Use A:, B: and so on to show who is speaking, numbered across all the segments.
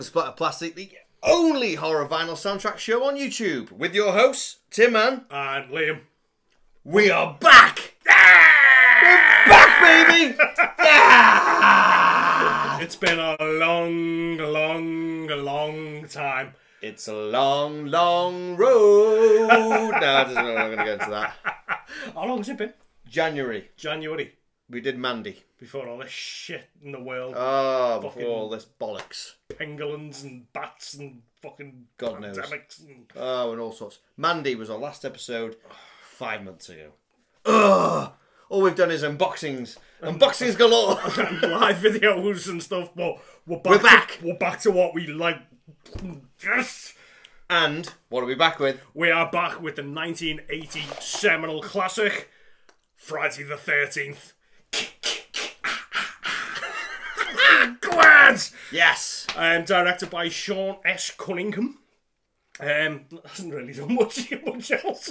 A: Splatter Plastic, the only horror vinyl soundtrack show on YouTube, with your hosts, Tim and
B: And Liam.
A: We are back! We're back, baby!
B: It's been a long, long, long time.
A: It's a long, long road. No, I don't know. I'm going to go into that.
B: How long has it been?
A: January,
B: January.
A: we did Mandy.
B: Before all this shit in the world.
A: Oh,
B: Fucking-
A: before all this bollocks.
B: penguins and bats and fucking
A: God knows.
B: pandemics. And...
A: Oh, and all sorts. Mandy was our last episode five months ago. Ugh! All we've done is unboxings. Unboxings galore!
B: live videos and stuff, but we're back.
A: We're
B: to,
A: back.
B: We're back to what we like. Yes,
A: and what are we back with?
B: we are back with the 1980 seminal classic, Friday the 13th. Glad.
A: Yes!
B: Um, directed by Sean S. Cunningham. Um, hasn't really done much, much else.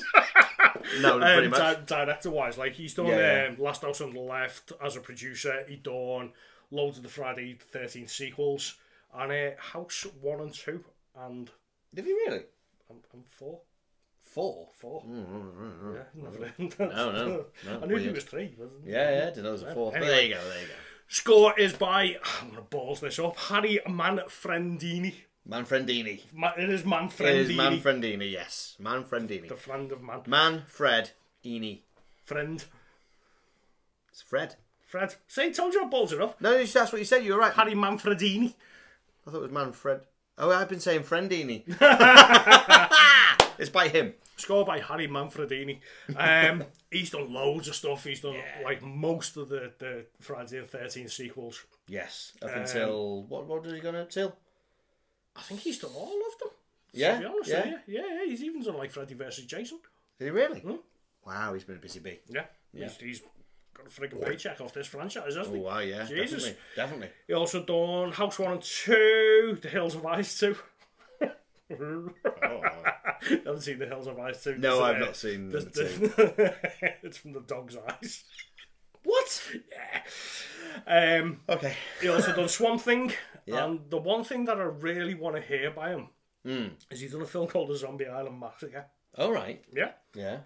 A: No, pretty much.
B: director wise, like he's done
A: Yeah, yeah.
B: um, Last House on the Left as a producer. He done loads of the Friday Thirteenth sequels and uh, House One and Two and
A: Did he really?
B: and, and Four.
A: Four?
B: Four.
A: Mm,
B: Yeah, never
A: No, no, no,
B: I knew there
A: weird.
B: was three. Wasn't there?
A: Yeah, yeah, didn't know there was a fourth. But there you go, there you go.
B: Score is by I'm gonna balls this up. Harry Manfredini.
A: Manfredini.
B: Ma- it is Manfredini.
A: It is Manfredini, yes. Manfredini.
B: the friend of man.
A: Manfred Eni.
B: Friend.
A: It's Fred.
B: Fred. See, told you I balls it up.
A: No, you- that's what you said. You were right. I
B: Harry Manfredini.
A: thought it was Manfred. Oh, I've been saying Friendini. it's by him.
B: Score by Harry Manfredini. Um, he's done loads of stuff. He's done like most of the, the Friday the Thirteenth sequels.
A: Yes, up until what? What did he go up till?
B: I think he's done all of them.
A: Yeah,
B: To be honest,
A: yeah. Hmm?
B: yeah, yeah, yeah. He's even done like Freddy versus Jason.
A: Did he really? Wow, he's been a busy bee.
B: Yeah, He's, he's got a freaking paycheck off this franchise, hasn't
A: Oh
B: he?
A: wow, yeah,
B: Jesus.
A: definitely, definitely.
B: He also done House One and Two, The Hills of Ice Two. haven't seen The Hills of Ice Two.
A: Oh, No,
B: It's,
A: I've
B: uh,
A: not seen
B: There's-
A: number two.
B: there's- it's from the dog's eyes. What? Yeah. Um,
A: Okay.
B: he also done Swamp Thing,
A: Yeah.
B: and the one thing that I really want to hear by him
A: Hmm.
B: is he's done a film called The Zombie Island Massacre.
A: All right.
B: Yeah.
A: Yeah.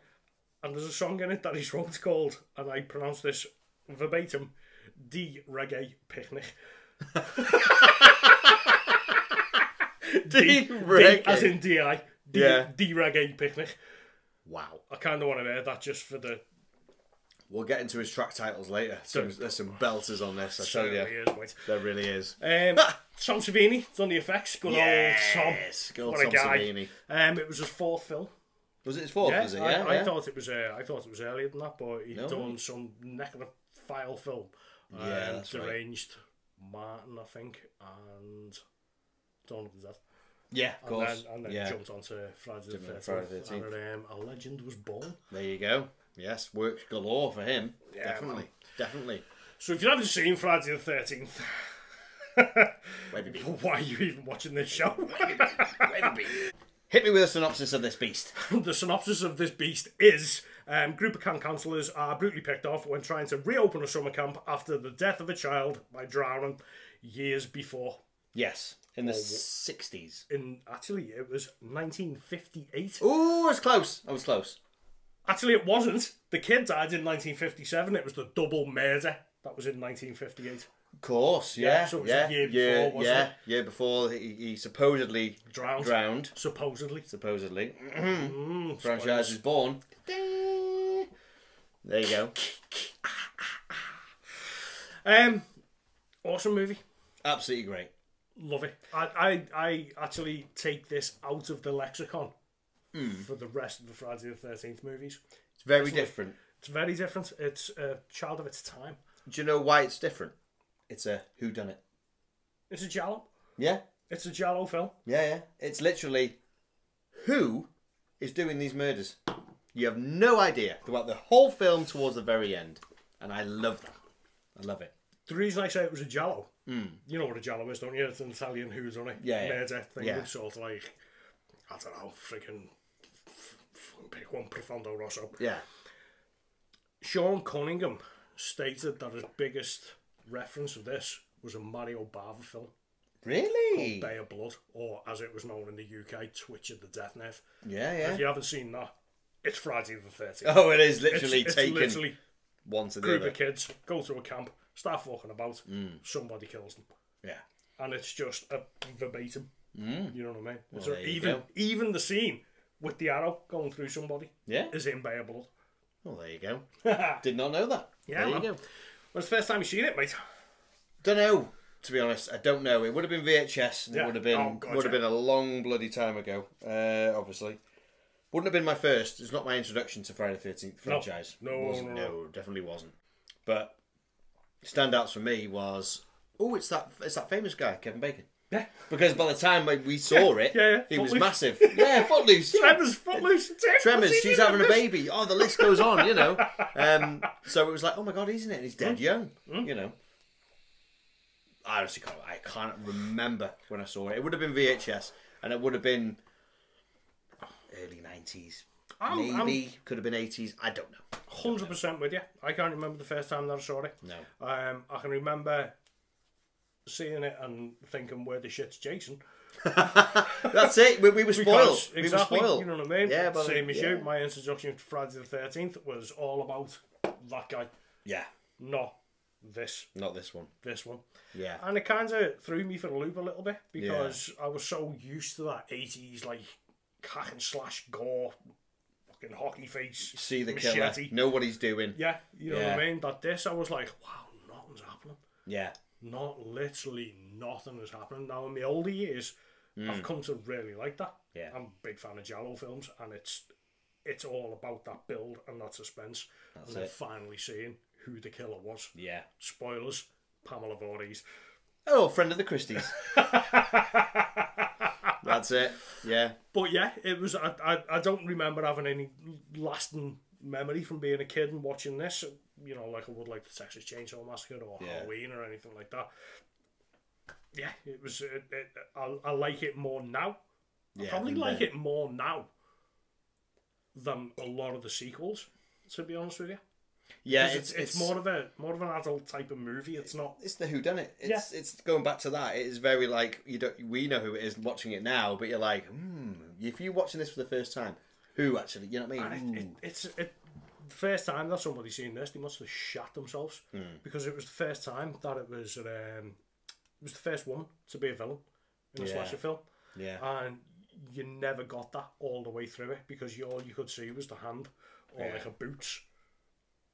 B: And there's a song in it that he's wrote called, and I pronounce this verbatim, D Reggae Picnic.
A: D
B: D,
A: reggae.
B: as in DI. D,
A: Yeah.
B: D Reggae Picnic.
A: wow.
B: I kind of want to hear that just for the.
A: We'll get into his track titles later. Some, there's some belters on this. I tell
B: Certainly
A: you,
B: is, mate.
A: there really is.
B: Um, Tom Savini, done the effects. Good old Tom.
A: Yes, good old
B: What a
A: Tom
B: guy.
A: Savini.
B: Um, it was his fourth film.
A: Was it his fourth? was it? Yeah.
B: I, I
A: yeah.
B: thought it was. Uh, I thought it was earlier than that, but he'd
A: No.
B: done some necrophile film. Um,
A: Yeah, that's right.
B: deranged Martin, I think, and Dawn of the Dead.
A: yeah, of
B: And
A: course.
B: then, and then
A: yeah.
B: jumped onto Friday the
A: Different
B: Thirteenth,
A: Friday the
B: and um, a legend was born.
A: There you go. Yes, works galore for him. definitely,
B: man.
A: definitely.
B: So if you haven't seen Friday the Thirteenth,
A: Maybe.
B: why are you even watching this show?
A: Hit me with a synopsis of this beast.
B: the synopsis of this beast is um, group of camp counselors are brutally picked off when trying to reopen a summer camp after the death of a child by drowning years before.
A: Yes, in
B: Oh,
A: the sixties.
B: In actually, it was 1958.
A: Ooh, I was close. I was close.
B: Actually, it wasn't. The kid died in 1957. It was the double murder that was in 1958.
A: Of course, yeah, yeah,
B: so it was
A: yeah,
B: the year
A: yeah,
B: before, wasn't
A: yeah, year before he, he supposedly
B: Drowned,
A: drowned.
B: supposedly.
A: Supposedly, Mm-hmm. franchise is born. There you go.
B: Um, awesome movie.
A: Absolutely great.
B: Love it. I, I, I actually take this out of the lexicon for the rest of the Friday the 13th movies.
A: It's very different.
B: It's very different. It's a child of its time.
A: Do you know why it's different? It's a who done it.
B: It's a Jallo.
A: Yeah,
B: It's a Jallo film.
A: yeah, yeah. It's literally who is doing these murders. You have no idea throughout the whole film towards the very end, and I love that. I love it.
B: The reason I say it was a Jallo, you know what a Jallo is, don't you? It's an Italian who's on it.
A: Hmm. Yeah, yeah.
B: Murder thing.
A: Yeah.
B: It's sort of like, I don't know, freaking f- f- pick one Profondo Rosso.
A: Yeah.
B: Sean Cunningham stated that his biggest reference of this was a Mario Bava film.
A: Really?
B: Bay of Blood, or as it was known in the UK, Twitch of the Death Knife.
A: Yeah,
B: If
A: yeah.
B: you haven't seen that, it's Friday the 30th.
A: Oh, it is
B: it's,
A: literally
B: it's
A: taken
B: literally
A: one to the
B: group
A: other.
B: of kids go to a camp, start fucking about,
A: Mm.
B: somebody kills them.
A: Yeah.
B: and it's just a verbatim. You know what I mean? It's
A: Mm. there you
B: even
A: go.
B: even the scene with the arrow going through somebody
A: Yeah.
B: is in Bay of Blood.
A: Well, there you go. Did not know that.
B: Yeah,
A: There you
B: man.
A: go.
B: When's the first time you seen it, mate?
A: Don't know. To be honest, I don't know. It would have been VHS. And It
B: Yeah.
A: would have been
B: Oh, God,
A: would have
B: yeah.
A: been a long bloody time ago. Uh, obviously, wouldn't have been my first. It's not my introduction to Friday the Thirteenth franchise.
B: No,
A: wasn't,
B: no,
A: definitely wasn't. But standouts for me was oh, it's that it's that famous guy Kevin Bacon.
B: Yeah.
A: Because by the time we- we saw it,
B: yeah, yeah.
A: he was
B: Footloose.
A: massive. Yeah, Footloose. yeah.
B: Tremors, Footloose, Tremors.
A: Tremors,
B: he's
A: she's
B: in
A: having a
B: this.
A: baby. Oh, the list goes on, you know. Um, so it was like, oh my god, isn't it? And he's
B: Mm.
A: dead young, you know. I honestly can't. I can't remember when I saw it. It would have been VHS, and it would have been early nineties,
B: I'm- I'm-
A: maybe could have been eighties. I don't know.
B: Hundred percent with you. I can't remember the first time that I saw it.
A: No.
B: Um, I can remember seeing it and thinking, "Where the shit's Jason?"
A: That's it. We, we were spoiled.
B: Because-
A: we
B: exactly.
A: were spoiled.
B: You know what I mean?
A: Yeah, but
B: Same as
A: yeah.
B: you. My introduction to Friday the Thirteenth was all about that guy,
A: Yeah,
B: not this,
A: not this one.
B: this one.
A: Yeah,
B: and it kind of threw me for a loop a little bit because I was so used to that eighties like hack and slash gore, fucking hockey face,
A: see the killer.
B: machete.
A: Know what he's doing. Yeah,
B: Yeah, you know what
A: Yeah.
B: I mean. That this, I was like, wow, nothing's happening.
A: yeah.
B: Not literally nothing is happening now. In my older years, I've come to really like that.
A: Hmm. Yeah.
B: I'm a big fan of Jallo films, and it's it's all about that build and that suspense, and then
A: it.
B: finally seeing who the killer was. Spoilers: Pamela Voorhees.
A: Oh, friend of the Christies. That's it. Yeah.
B: But yeah, it was. I, I I don't remember having any lasting memory from being a kid and watching this. You know, like I would like the Texas Chainsaw Massacre or
A: Yeah.
B: Halloween or anything like that. Yeah, it was. It, it, I, I like it more now.
A: yeah
B: Probably
A: than
B: like
A: then.
B: it more now than a lot of the sequels. To be honest with you,
A: Yeah,
B: 'Cause it's, it's more of a more of an adult type of movie. It's not.
A: It's the who done it. It's it's going back to that. It is very like you don't we know who it is watching it now, but you're like, hmm, if you're watching this for the first time, who actually? You know what I mean?
B: And it, it, it's it, the first time that somebody's seen this, they must have shat themselves because it was the first time that it was um, it was the first woman to be a villain in a
A: Yeah.
B: slasher film,
A: Hmm. yeah,
B: and you never got that all the way through it because you, all you could see was the hand or
A: Yeah.
B: like a boots.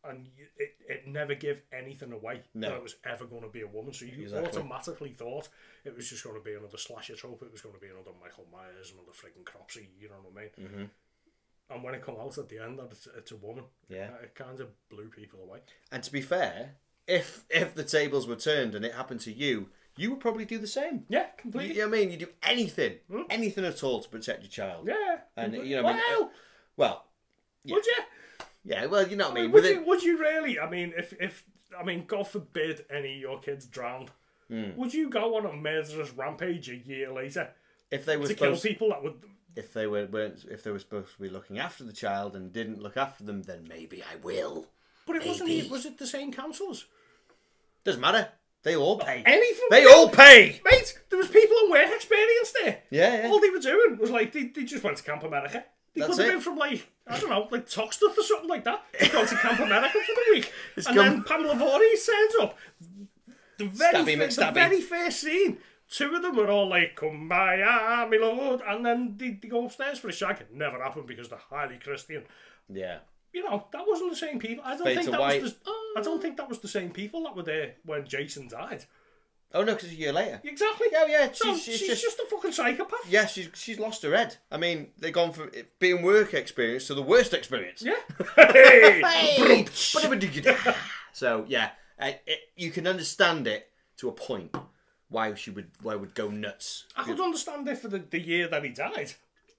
B: And you, it, it never gave anything away
A: No.
B: that it was ever going to be a woman. So you
A: Exactly.
B: automatically thought it was just going to be another slasher trope. It was going to be another Michael Myers, another frigging Cropsy. You know what I mean?
A: Mm-hmm.
B: and when it come out at the end that it's, it's a woman,
A: yeah.
B: uh, it kind of blew people away.
A: And to be fair, if if the tables were turned and it happened to you, you would probably do the same.
B: Yeah,
A: You,
B: completely. Hmm.
A: you know what I mean? You do anything, anything at all to protect your child.
B: Yeah,
A: And
B: complete-
A: you know, what I mean, uh,
B: well,
A: well,
B: would you?
A: yeah, well, you know what I mean.
B: would
A: Within-
B: you? Would you really? I mean, if if I mean, God forbid any of your kids drowned, would you go on a murderous rampage a year later
A: if they were
B: to kill
A: supposed
B: people that would?
A: if they were weren't if they were supposed to be looking after the child and didn't look after them, then maybe I will.
B: But it wasn't.
A: Maybe.
B: It, was it the same councillors?
A: Doesn't matter. They all pay.
B: Anything?
A: They all pay.
B: Mate, there was people on work experience there.
A: Yeah, yeah.
B: All they were doing was like they, they just went to Camp America. They
A: That's
B: could have
A: it.
B: been from like I don't know, like Toxteth or something like that. They gone to Camp America for the week, and
A: come-
B: then Pamela Voorhees turns up. The very,
A: Stabby
B: fir- the
A: McStabby.
B: very first scene, two of them were all like "Come by, ah, my lord," and then they, they go upstairs for a shag. It never happened because they're highly Christian.
A: Yeah.
B: You know that wasn't the same people. I don't
A: Fade
B: think
A: to
B: that
A: white.
B: was. The, I don't think that was the same people that were there when Jason died.
A: Oh no, because a year later.
B: Exactly.
A: Oh yeah, she's,
B: So
A: she's,
B: she's
A: just,
B: just a fucking psychopath.
A: yeah, she's she's lost her head. I mean, they've gone from it being work experience to the worst experience.
B: Yeah. Hey!
A: Hey! so yeah, I, it, you can understand it to a point. Why she would why would go nuts?
B: I could understand it for the, the year that he died.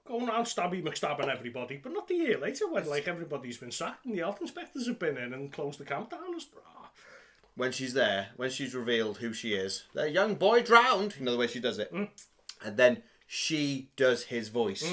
B: Going around stabby McStabbing everybody, but not the year later when like everybody's been sacked and the health inspectors have been in and closed the camp down. And st- ah.
A: when she's there, when she's revealed who she is, that young boy drowned. You know the way she does it, and then she does his voice.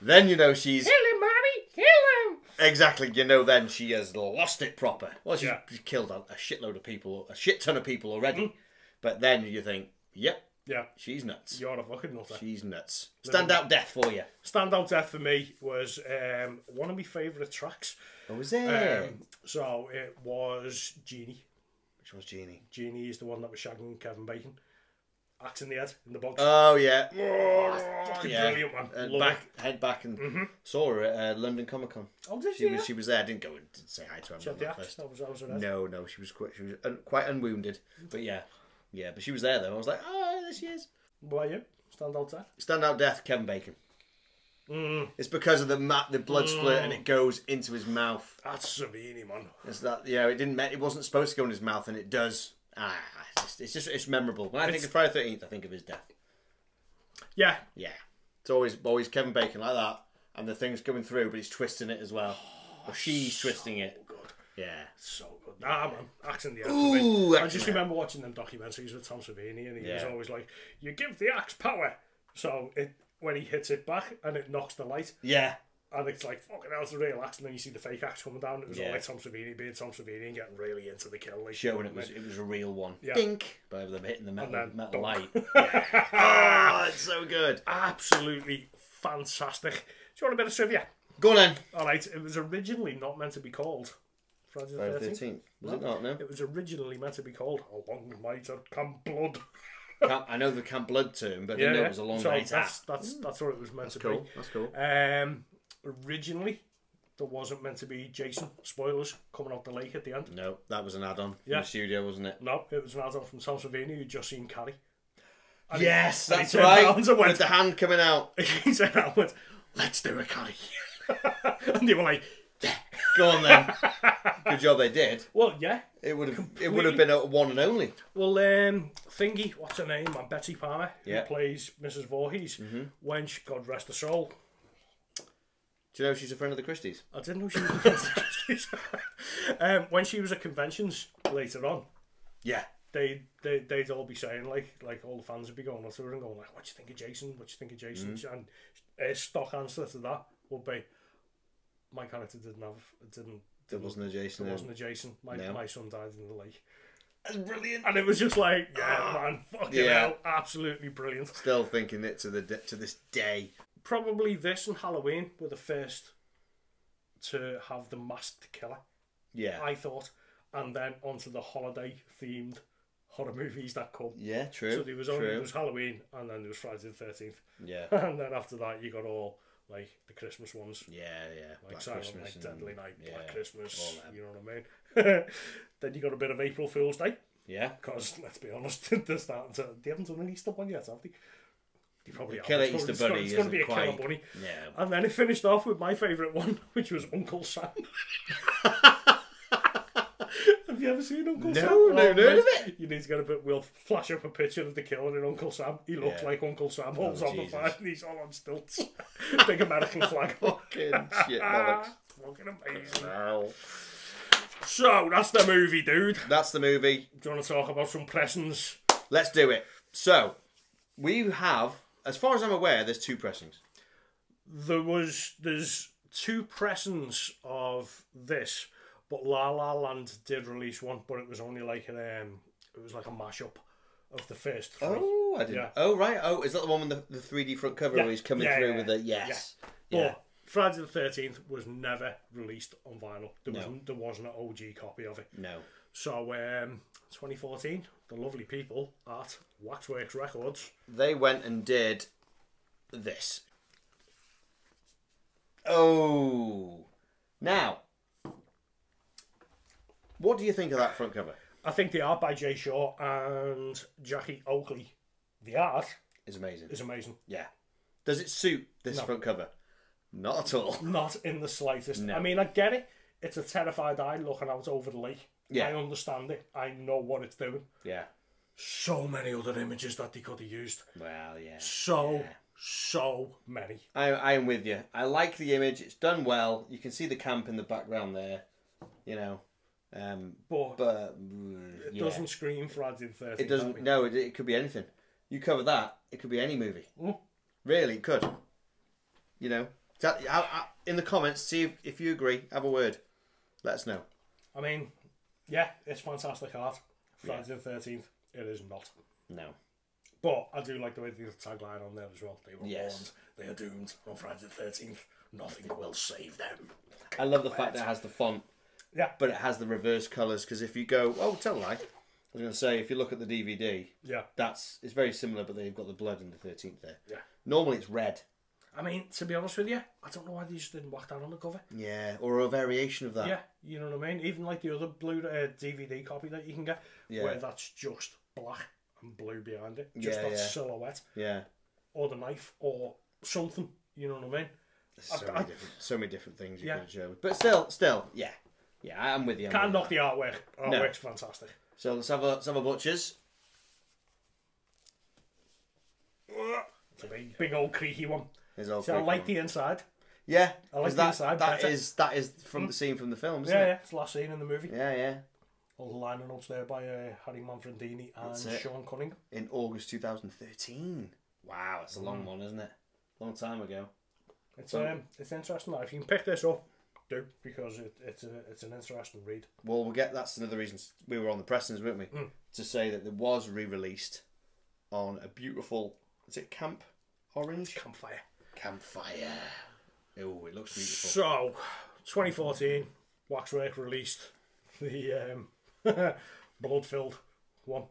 A: Then you know she's
B: Kill him, Mary! Kill him!
A: exactly. You know then she has lost it proper. Well, she's
B: Yeah. Mm-hmm.
A: she's killed a, a shitload of people, a shit ton of people already. But then you think, yep,
B: Yeah,
A: She's nuts.
B: you're a fucking nutter.
A: She's nuts. Standout death for you.
B: Standout death for me was um, one of my favourite tracks.
A: Oh, was it?
B: Um, so it was Genie.
A: Which was Genie?
B: Genie is the one that was shagging Kevin Bacon. Axe in the head in the box.
A: Oh yeah.
B: fucking
A: yeah.
B: brilliant, man.
A: And
B: Love Mm-hmm.
A: back, head back, and saw her at uh, London Comic Con.
B: oh, did
A: She was she was there. I didn't go and didn't say hi to
B: She had
A: anyone
B: the
A: at
B: axe.
A: first.
B: I was, I was around.
A: No, no, she was quite she was un, quite unwounded. But yeah, yeah, but she was there though. I was like, oh, there she is.
B: What about you? Standout death.
A: Standout death, Kevin Bacon.
B: Mm.
A: It's because of the ma- the blood split, and it goes into his mouth.
B: That's Savini, man.
A: It's that you know, it didn't meant it wasn't supposed to go in his mouth, and it does. Ah, it's just it's, just, it's memorable. When I think of Friday Thirteenth, I think of his death.
B: Yeah,
A: Yeah, it's always always Kevin Bacon like that, and the thing's coming through, but he's twisting it as well.
B: Oh,
A: or she's twisting it.
B: good.
A: Yeah.
B: So good. Nah, man. Axe in the head. for me.
A: Ooh,
B: I
A: axe in
B: just
A: the
B: remember watching them documentaries with Tom Savini, and he was
A: Yeah.
B: always like, "You give the axe power." So it when he hits it back and it knocks the light,
A: Yeah.
B: and it's like fucking hell, it's a real axe. And then you see the fake axe coming down. It was all
A: Yeah.
B: like Tom Savini being Tom Savini and getting really into the kill. Like,
A: Showing it was it was a real one.
B: Yeah.
A: Dink. By them hitting the metal,
B: then
A: metal
B: bonk.
A: light. Yeah. oh, it's so good.
B: absolutely fantastic. Do you want a bit of trivia?
A: Go on then.
B: All right, it was originally not meant to be called Friday the
A: Friday the 13th.
B: Thirteenth.
A: Was it not? No.
B: It was originally meant to be called A Long Night at Camp Blood.
A: Camp, I know the camp blood term, but I didn't know it was a long
B: so
A: night out.
B: That's that's, that's what it was meant to
A: cool.
B: be.
A: That's cool.
B: Um, originally, there wasn't meant to be Jason. Spoilers coming out the lake at the end.
A: No, that was an add-on from
B: Yeah.
A: the studio, wasn't it?
B: No, it was an add-on from Tom Savini who'd just seen Carrie.
A: yes,
B: and he
A: that's
B: turned
A: right.
B: around and went-
A: With the hand coming out.
B: he turned around and went, "Let's do a Carrie," and they were like,
A: Go on then. Good job they did.
B: "Well, yeah."
A: It would have it would have been a one and only.
B: Well, um, Thingy, what's her name? And Betty Palmer,
A: Yeah. Mm-hmm.
B: who plays Mrs. Voorhees, when she, God rest her soul,
A: Do you know she's a friend of the Christies?
B: I didn't know she was against the Christies. um, when she was at conventions later on,
A: Yeah.
B: they they they'd all be saying like like all the fans would be going up to her and going like, "What do you think of Jason? What do you think of Jason?"
A: Mm.
B: And her stock answer to that would be, "My character didn't have didn't."
A: There wasn't a Jason.
B: It
A: There
B: wasn't a Jason. My,
A: No.
B: my son died in the lake,
A: That's brilliant. Ah.
B: and it was just like, yeah, man, fucking
A: Yeah.
B: hell, absolutely brilliant.
A: Still thinking it to the d- to this day.
B: probably this and Halloween were the first to have the masked killer,
A: Yeah.
B: I thought, and then onto the holiday themed horror movies that come.
A: yeah. True.
B: So there was only there
A: true.
B: was Halloween and then there was Friday the thirteenth.
A: Yeah.
B: And then after that you got all like the Christmas ones.
A: Yeah. Yeah.
B: Like
A: Black
B: Silent
A: Christmas.
B: Night,
A: and-
B: Deadly Night, Black
A: yeah,
B: Christmas,
A: all that.
B: you know what I mean? then you got a bit of April Fool's Day,
A: Yeah.
B: because let's be honest, they're starting to, they haven't done an Easter one yet, have they? They probably
A: Killer
B: haven't. It's
A: Easter
B: gonna-
A: Bunny
B: It's going to be a
A: isn't
B: killer
A: quite-
B: bunny.
A: Yeah.
B: And then it finished off with my favourite one, which was Uncle Sam. Have you ever seen Uncle Sam?
A: no,
B: Oh,
A: no,
B: mate,
A: of
B: You need to get a bit. We'll flash up a picture of the killer in Uncle Sam. He looks
A: Yeah. Oh,
B: like Uncle Sam, holds on
A: Jesus.
B: the fire, and he's all on stilts. Big American flag.
A: Fucking shit, bollocks.
B: Fucking amazing.
A: Ow.
B: So that's the movie, dude.
A: That's the movie.
B: Do you want to talk about some pressings?
A: Let's do it. So, we have, as far as I'm aware, there's two pressings.
B: There was there's two pressings of this, but La La Land did release one, but it was only like an um, it was like a mashup of the first three.
A: Oh, I didn't.
B: Yeah.
A: Oh, right. Oh, is that the one with the, the 3D front cover
B: Yeah.
A: where he's coming
B: Yeah,
A: through
B: yeah,
A: with
B: yeah.
A: the yes?
B: but
A: Yeah.
B: Friday the Thirteenth was never released on vinyl. There was
A: No.
B: there wasn't an OG copy of it.
A: No.
B: So um, 2014, the lovely people at Waxworks Records.
A: They went and did this. Oh. Now, what do you think of that front cover?
B: I think the art by Jay Shaw and Jackie Oakley. The art
A: It's amazing.
B: is amazing.
A: Yeah. Does it suit this front cover? Not at all.
B: Not in the slightest. I mean, I get it. It's a terrified eye looking out over the lake.
A: Yeah.
B: I understand it. I know what it's doing.
A: Yeah.
B: So many other images that they could have used.
A: Well, yeah.
B: So, so many.
A: I, I am with you. I like the image. It's done well. You can see the camp in the background there. You know, um,
B: But,
A: but mm,
B: it
A: yeah.
B: doesn't scream Friday the 13th.
A: It doesn't. No, it, it could be anything. You cover that. It could be any movie.
B: Mm.
A: Really, it could. You know, Ta- I, I, in the comments, see if, if you agree. Have a word. Let us know.
B: I mean, yeah, it's fantastic art. Friday the 13th. It is not.
A: No,
B: But I do like the way the tagline on there as well. They were
A: Yes.
B: warned. They are doomed on Friday the Thirteenth. Nothing will save them.
A: I love the fact that it has the font,
B: Yeah.
A: but it has the reverse colours because if you go, oh, tell a lie. I was going to say if you look at the DVD,
B: Yeah.
A: that's it's very similar, but they've got the blood in the thirteenth there.
B: Yeah.
A: Normally it's red.
B: I mean, to be honest with you, I don't know why they just didn't whack that on the cover.
A: Yeah, or a variation of that.
B: Yeah, you know what I mean. Even like the other blue uh, DVD copy that you can get,
A: Yeah.
B: where that's just black and blue behind it, just
A: Yeah,
B: that
A: yeah.
B: silhouette
A: Yeah.
B: or the knife or something. You know what I mean?
A: So
B: I-
A: many different, so many different things you
B: Yeah.
A: can show. But still, still, yeah, yeah, I'm with you. I'm
B: Can't
A: with you.
B: knock the artwork. Artwork's fantastic.
A: So let's have a let's have a butchers.
B: It's a big, big old creaky one.
A: There's old
B: See, I
A: Creek
B: like
A: one.
B: the inside.
A: yeah.
B: I like
A: 'cause
B: the
A: that,
B: inside
A: that
B: better. Hmm.
A: is that is from the scene from the film, isn't
B: Yeah, yeah,
A: it?
B: it's the last scene in the movie.
A: Yeah, yeah.
B: All the lining ups there by uh, Harry Manfredini and
A: That's it.
B: Sean Cunningham.
A: In August 2013. Wow, it's a
B: Hmm.
A: long one, isn't it? Long time ago.
B: It's um, it's interesting that if you can pick this up, do because it, it's a, it's an interesting read.
A: Well, we'll get that's another reason we were on the Prestons, weren't we?
B: Hmm.
A: To say that it was re-released on a beautiful is it Camp Orange
B: Campfire.
A: Campfire. Oh, it looks beautiful.
B: So, 2014, Waxwork released the um, Blood-filled one.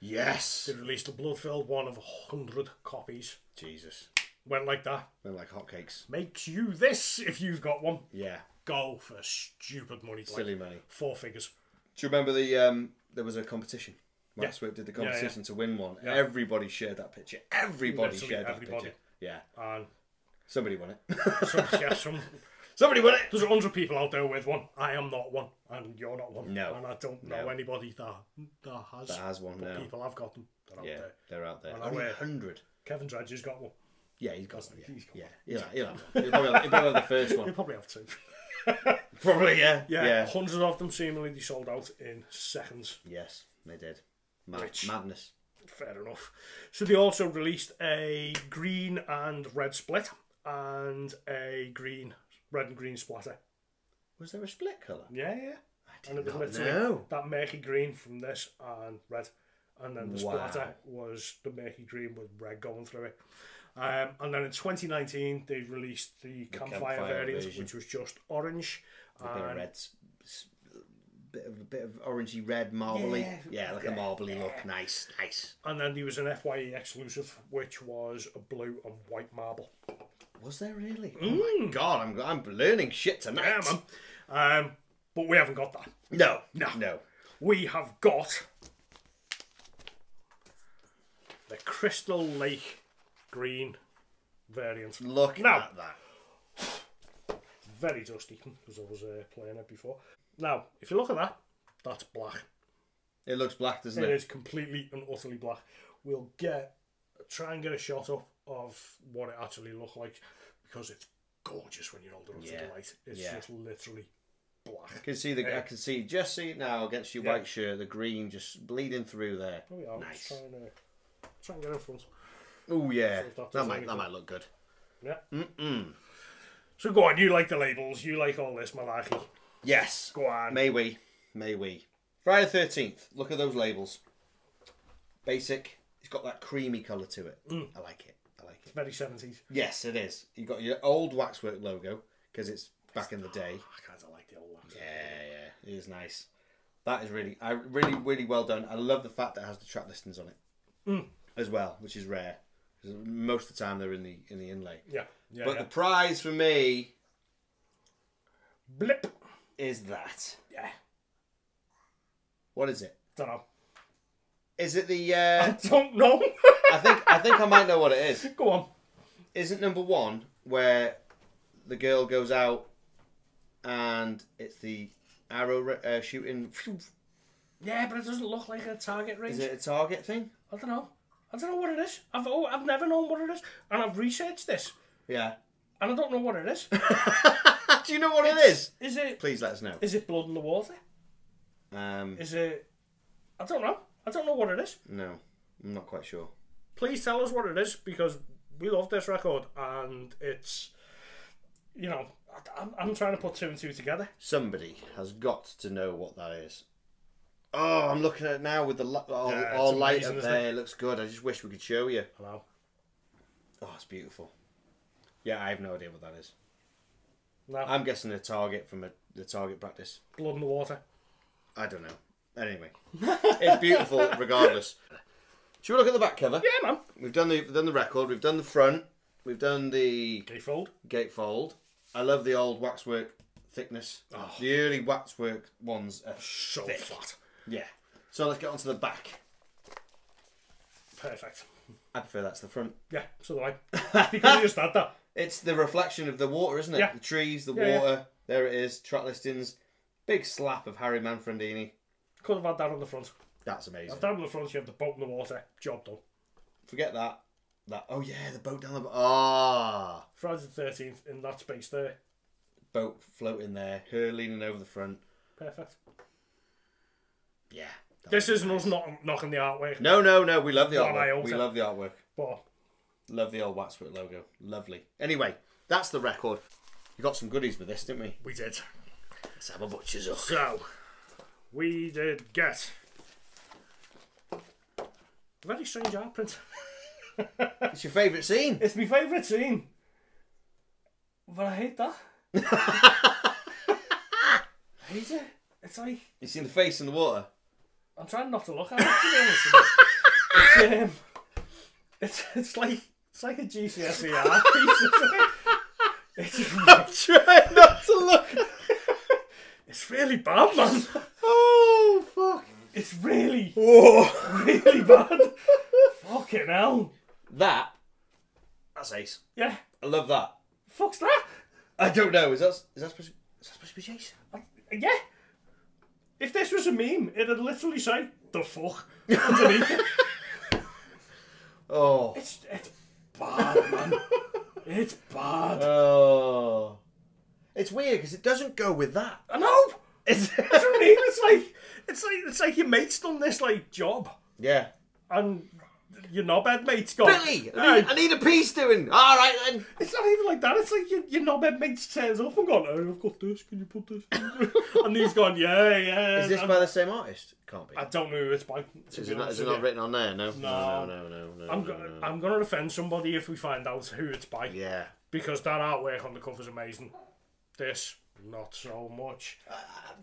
A: Yes.
B: They released the Blood-filled one of 100 copies.
A: Jesus,
B: Went like that.
A: they're like hotcakes.
B: Makes you this if you've got one.
A: Yeah,
B: Go for stupid money. like
A: silly money.
B: Four figures.
A: Do you remember the um? There was a competition.
B: Yeah.
A: Maxwell did the
B: yeah.
A: competition to win one. Everybody shared that picture. Everybody
B: Literally
A: shared that
B: everybody.
A: picture. Yeah,
B: And
A: somebody won it.
B: some, yeah, some,
A: somebody won it.
B: there's 100 people out there with one. I am not one. And you're not one.
A: No.
B: And I don't know
A: No.
B: anybody that, that has.
A: That has one now.
B: People have got them. They're out
A: Yeah,
B: there.
A: they're out there.
B: And I
A: Only
B: wear-
A: hundred.
B: Kevin Dredge's got one.
A: Yeah, he's got. Yeah,
B: He's
A: yeah. He'll,
B: got
A: he'll, have one. he'll, probably have, he'll probably have the first
B: He'll
A: one.
B: probably have two.
A: Probably, yeah.
B: Yeah, yeah. hundreds of them seemingly they sold out in seconds.
A: Yes, they did. Mad-
B: Rich.
A: Madness.
B: Fair enough. So they also released a green and red split and a green, red and green splatter.
A: Was there a split colour?
B: Yeah, yeah.
A: I
B: And
A: did
B: it was
A: not
B: literally
A: know.
B: that murky green from this and red. And then the
A: Wow.
B: splatter was the murky green with red going through it. Um, and then in 2019, they released the, campfire,
A: campfire
B: variant,
A: version.
B: which was just orange.
A: Bit of
B: and
A: red, s- s- bit of bit of orangey red marbly. Yeah,
B: Yeah,
A: like a marbly look. Nice, nice.
B: And then there was an FYE exclusive, which was a blue and white marble.
A: Was there really? Oh my god, I'm I'm learning shit
B: Mm. Yeah,
A: tonight.
B: man. Um, but we haven't got that.
A: no, no, no.
B: We have got the Crystal Lake green variant.
A: Look
B: No.
A: at that.
B: Very dusty because I was uh, playing it before. Now, if you look at that, that's black.
A: It looks black, doesn't
B: It
A: it?
B: is completely and utterly black. We'll get try and get a shot up of what it actually looked like because it's gorgeous when you hold it up to
A: Yeah.
B: the light. It's
A: Yeah.
B: just literally
A: I
B: black.
A: can see the. I can see just see it now against your white shirt, the green just bleeding through there.
B: There we are.
A: Nice.
B: Trying to try and get in front.
A: Oh yeah,
B: So that
A: that
B: doesn't
A: might
B: look
A: that
B: good.
A: might look good.
B: Yeah. Mm-mm. So go on. You like the labels. You like all this malarkey.
A: Yes,
B: Go on.
A: may we, may we. Friday the Thirteenth. Look at those labels. Basic. It's got that creamy colour to it.
B: Mm.
A: I like it. I like it.
B: Very seventies.
A: Yes, it is. You got your old waxwork logo because it's back in the day.
B: I kind of like the old ones.
A: Yeah, yeah, it is nice. That is really, I really, really well done. I love the fact that it has the track listings on it
B: Mm.
A: as well, which is rare. 'Cause Most of the time they're in the in the inlay.
B: Yeah. Yeah.
A: But
B: yeah.
A: the prize for me
B: Blip.
A: is that.
B: Yeah.
A: What is it?
B: Don't know.
A: Is it the? Uh,
B: Don't know.
A: I think I think I might know what it is.
B: go on.
A: Isn't number one where the girl goes out and it's the arrow re- uh, shooting?
B: Yeah, but it doesn't look like a target range.
A: Is it a target thing?
B: I don't know. I don't know what it is. I've oh, I've never known what it is, and I've researched this,
A: Yeah.
B: and I don't know what it is.
A: Do you know what it is?
B: is it
A: Please let us know.
B: is it blood in the water?
A: Um,
B: Is it? I don't know. I don't know what it is.
A: no, I'm not quite sure.
B: Please tell us what it is because we love this record, and it's you know I- I'm, I'm trying to put two and two together.
A: Somebody has got to know what that is. Oh, I'm looking at it now with the li- oh,
B: Yeah, it's
A: all light
B: amazing,
A: up
B: isn't
A: there. It? looks good. I just wish we could show you.
B: I know.
A: Oh, it's beautiful. Yeah, I have no idea what that is.
B: No,
A: I'm guessing a target from a, the target practice.
B: blood in the water.
A: I don't know. Anyway, it's beautiful regardless. Should we look at the back cover?
B: Yeah, man.
A: We've done the we've done the record. We've done the front. We've done the
B: Gatefold.
A: gatefold. I love the old waxwork thickness. The early waxwork ones are
B: So
A: thick.
B: flat.
A: Yeah. So let's get onto the back.
B: Perfect.
A: I prefer that's the front.
B: Yeah, so do I. because you just had that.
A: It's the reflection of the water, isn't it?
B: Yeah.
A: The trees, the
B: Yeah, yeah.
A: water. There it is. Track listings. Big slap of Harry Manfredini.
B: Could have had that on the front.
A: That's amazing.
B: Down on the front, you have the boat in the water. Job done.
A: Forget that. That. Oh yeah, the boat down the. Ah,
B: Friday the 13th in that space there.
A: boat floating there. Her leaning over the front.
B: Perfect.
A: Yeah. that
B: This
A: was
B: isn't us not knocking the artwork,
A: No, no, no. We love the
B: Not an
A: artwork.
B: iota.
A: We love the artwork.
B: but
A: Love the old Waxwork logo. Lovely. Anyway, that's the record. You got some goodies with this, didn't we?
B: we did.
A: Let's have a butcher's up.
B: So, we did get a very strange art print.
A: It's your favourite scene.
B: It's my favourite scene, but I hate that. I hate it. It's like
A: You seen the face in the water.
B: I'm trying not to look at it. To be honest with you. It's, um, it's it's like it's like a GCSE E art piece. isn't it? It's,
A: Try not to look.
B: it's really bad, man.
A: Oh fuck.
B: It's really
A: Whoa.
B: really bad. Fucking hell.
A: That. That's ace.
B: Yeah.
A: I love that.
B: Fuck's that?
A: I don't know. Is that is that supposed to, is that supposed to be Jason?
B: Yeah. If this was a meme, it'd literally say the fuck underneath it.
A: Oh.
B: It's it's bad, man. it's bad.
A: Uh, Oh. It's weird because it doesn't go with that.
B: I know.
A: It's
B: That's what I mean. It's like it's like it's like your mate's done this like job,
A: yeah. and
B: your knobhead mate's gone.
A: Billy, uh, I
B: Aye.
A: need, I need a piece doing. All right then.
B: It's not even like that. It's like your, your knobhead mate turns up and gone, "Oh, I've got this. Can you put this?" in?" and he's gone, "Yeah, yeah."
A: Is this
B: and-
A: by the same artist? Can't be.
B: I don't know who it's by. to
A: Is
B: be
A: it not, is
B: honest
A: it
B: with
A: not
B: you.
A: written on there? No. No.
B: No.
A: No. No. no,
B: I'm
A: no,
B: gonna,
A: no.
B: I'm gonna offend somebody if we find out who it's by.
A: Yeah.
B: Because that artwork on the cover's amazing. This, not so much.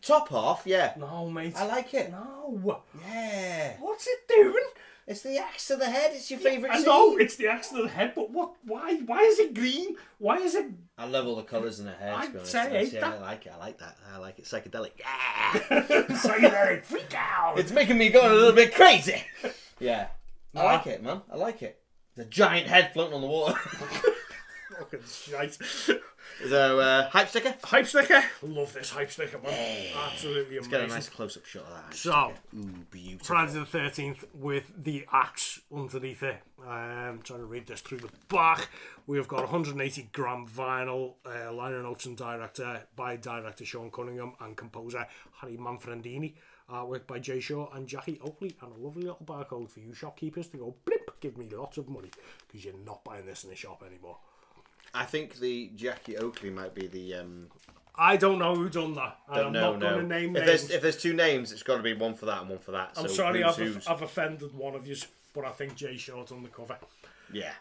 A: Top off. Yeah.
B: No, mate.
A: I like it.
B: No.
A: Yeah.
B: What's it doing?
A: It's the axe to the head. It's your favourite
B: I
A: scene.
B: know it's the axe to the head, but what? Why? Why is it green? Why is it?
A: I love all the colours in the hair.
B: I'd
A: to be honest.
B: say
A: I
B: hate
A: see-
B: that.
A: I like it. I like that. I like it. Psychedelic. Yeah.
B: Psychedelic freak out.
A: it's making me going a little bit crazy. Yeah. I like it, man. I like it. The giant head floating on the water.
B: fucking shite.
A: so, uh, hype sticker.
B: Hype sticker. Love this hype sticker, man. Absolutely amazing.
A: Get a nice close up shot of that.
B: So,
A: Ooh, beautiful.
B: Friday the Thirteenth with the axe underneath it. I'm trying to read this through the back. We have got 180 gram vinyl, uh, liner notes and director by director Sean Cunningham and composer Harry Manfredini. Artwork by Jay Shaw and Jackie Oakley, and a lovely little barcode for you shopkeepers to go blimp. Give me lots of money because you're not buying this in the shop anymore.
A: I think the Jackie Oakley might be the. Um,
B: I don't know who done that. And I'm
A: no,
B: not
A: no.
B: going to name
A: if
B: names.
A: there's if there's two names, it's got to be one for that and one for that.
B: I'm
A: so
B: sorry,
A: who's
B: I've,
A: who's?
B: I've offended one of you, but I think Jay Shaw's on the cover.
A: Yeah.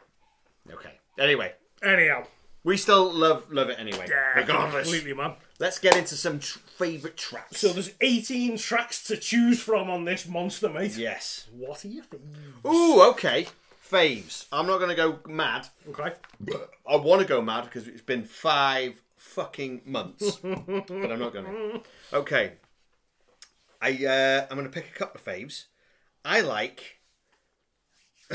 A: Okay. Anyway,
B: Anyhow,
A: we still love love it anyway.
B: yeah,
A: regardless.
B: completely, man.
A: Let's get into some tr- favorite tracks.
B: So there's 18 tracks to choose from on this monster, mate.
A: yes.
B: What are you think?
A: Ooh. Okay. Faves. I'm not gonna go mad.
B: Okay.
A: I want to go mad because it's been five fucking months, but I'm not gonna. Okay. I uh, I'm gonna pick a couple of faves. I like.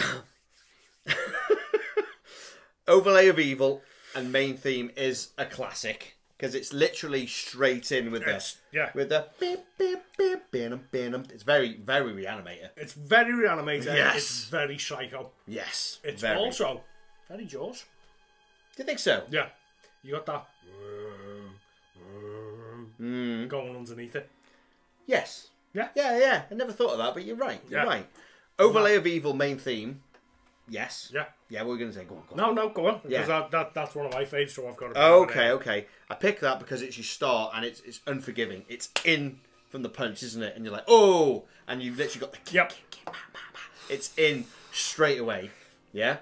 A: Overlay of Evil and main theme is a classic because it's literally straight in with this.
B: It's- yeah.
A: With the beep beep beep beep beep. It's very very reanimator.
B: It's very reanimated.
A: Yes.
B: It's very psycho.
A: Yes.
B: It's
A: very.
B: also very Jaws.
A: Do you think so?
B: Yeah. You got that
A: Mm.
B: going underneath it.
A: Yes.
B: Yeah.
A: Yeah, yeah. I never thought of that, but you're right. You're
B: Yeah.
A: right. Overlay of evil main theme. Yes.
B: Yeah.
A: Yeah, what were you going to say? Go on, go on.
B: No, no, go on. Because
A: Yeah.
B: that, that, that's one of my faves, so I've got to.
A: Oh, okay, okay. I picked that because it's your start and it's it's unforgiving. It's in from the punch, isn't it? And you're like, oh, and you've literally got the kick.
B: Yep.
A: It's in straight away. Yeah.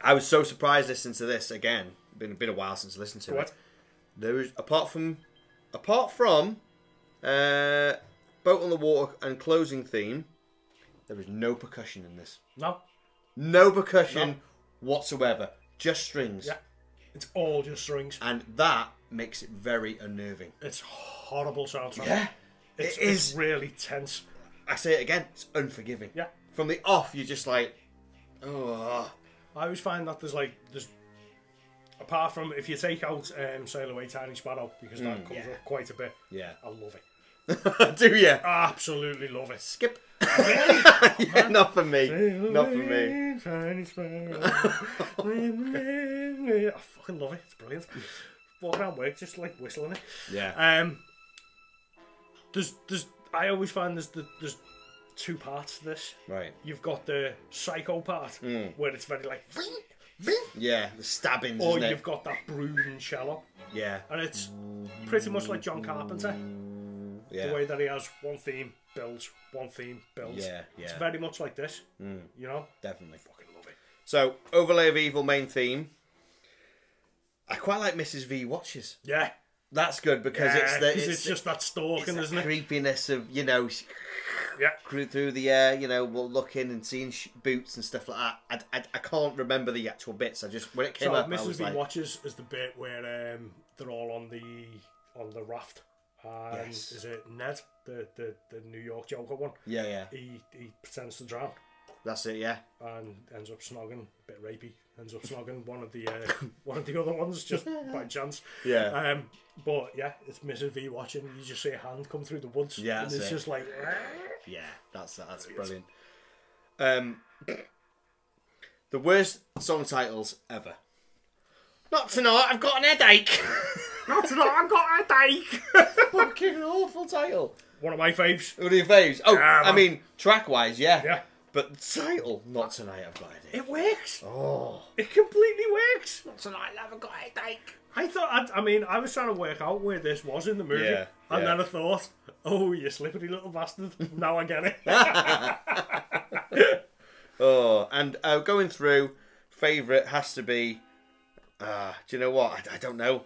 A: I was so surprised listening to this again. Been been a while since I listened to
B: What?
A: it. There is apart from apart from uh, boat on the water and closing theme. There is no percussion in this.
B: No.
A: No percussion
B: No.
A: whatsoever. Just strings.
B: Yeah. It's all just strings.
A: And that makes it very unnerving.
B: It's horrible soundtrack.
A: It's,
B: It's,
A: it
B: it's
A: is.
B: really tense.
A: I say it again. It's unforgiving.
B: Yeah.
A: From the off, you're just like, oh,
B: I always find that there's like there's apart from if you take out um, Sail Away Tiny Sparrow because that comes up quite a bit.
A: Mm. yeah.
B: I love it. Oh.
A: Do you?
B: Absolutely love it.
A: Skip. yeah, not for me. Not for me.
B: Tiny Sparrow. I fucking love it. It's brilliant. Walking around work just like whistling it.
A: Yeah.
B: Um, there's there's I always find there's the, there's two parts to this.
A: Right.
B: You've got the psycho part
A: Mm.
B: where it's very like,
A: Yeah. The stabbings,
B: or
A: isn't it?
B: you've got that brooding shallow,
A: Yeah.
B: and it's pretty much like John Carpenter,
A: Yeah.
B: the way that he has one theme builds, one theme builds.
A: Yeah, Mm.
B: It's
A: yeah.
B: very much like this. You know,
A: Definitely.
B: fucking love it.
A: So overlay of evil main theme. I quite like Mrs. V watches.
B: Yeah,
A: That's good because
B: yeah,
A: it's the
B: 'cause
A: it's,
B: it's,
A: the-
B: just that stalking,
A: it's
B: isn't
A: the
B: it?
A: creepiness of you know she
B: Yeah,
A: cr- through the air, you know, well, looking and seeing sh- boots and stuff like that. I, I, I can't remember the actual bits. I just when it came
B: so
A: up, I
B: Mrs.
A: was
B: V
A: like,
B: watches is the bit where um, they're all on the on the raft. And
A: Yes.
B: is it Ned, the, the, the New York Joker one?
A: yeah, yeah,
B: He he pretends to drown.
A: that's it, yeah,
B: and ends up snogging a bit rapey ends up snogging one of the uh, one of the other ones just by chance
A: yeah,
B: um but yeah it's Mrs V watching you just see a hand come through the woods
A: Yeah,
B: and
A: that's
B: it's
A: it.
B: just like
A: yeah. That's that's brilliant. Um, the worst song titles ever. Not tonight. I've got an headache.
B: not tonight I've got a headache
A: Fucking awful title.
B: one of my faves
A: What are your faves? Oh,
B: Um,
A: I mean, track wise, yeah.
B: yeah
A: But title, not tonight. I've got a headache.
B: it works
A: Oh,
B: it completely works
A: not tonight. I've got a headache.
B: I thought I'd, I mean I was trying to work out where this was in the movie
A: Yeah,
B: and
A: yeah.
B: then I thought oh you slippery little bastard now I get it
A: Oh, and uh, going through, favourite has to be. Uh, do you know what? I, I don't know.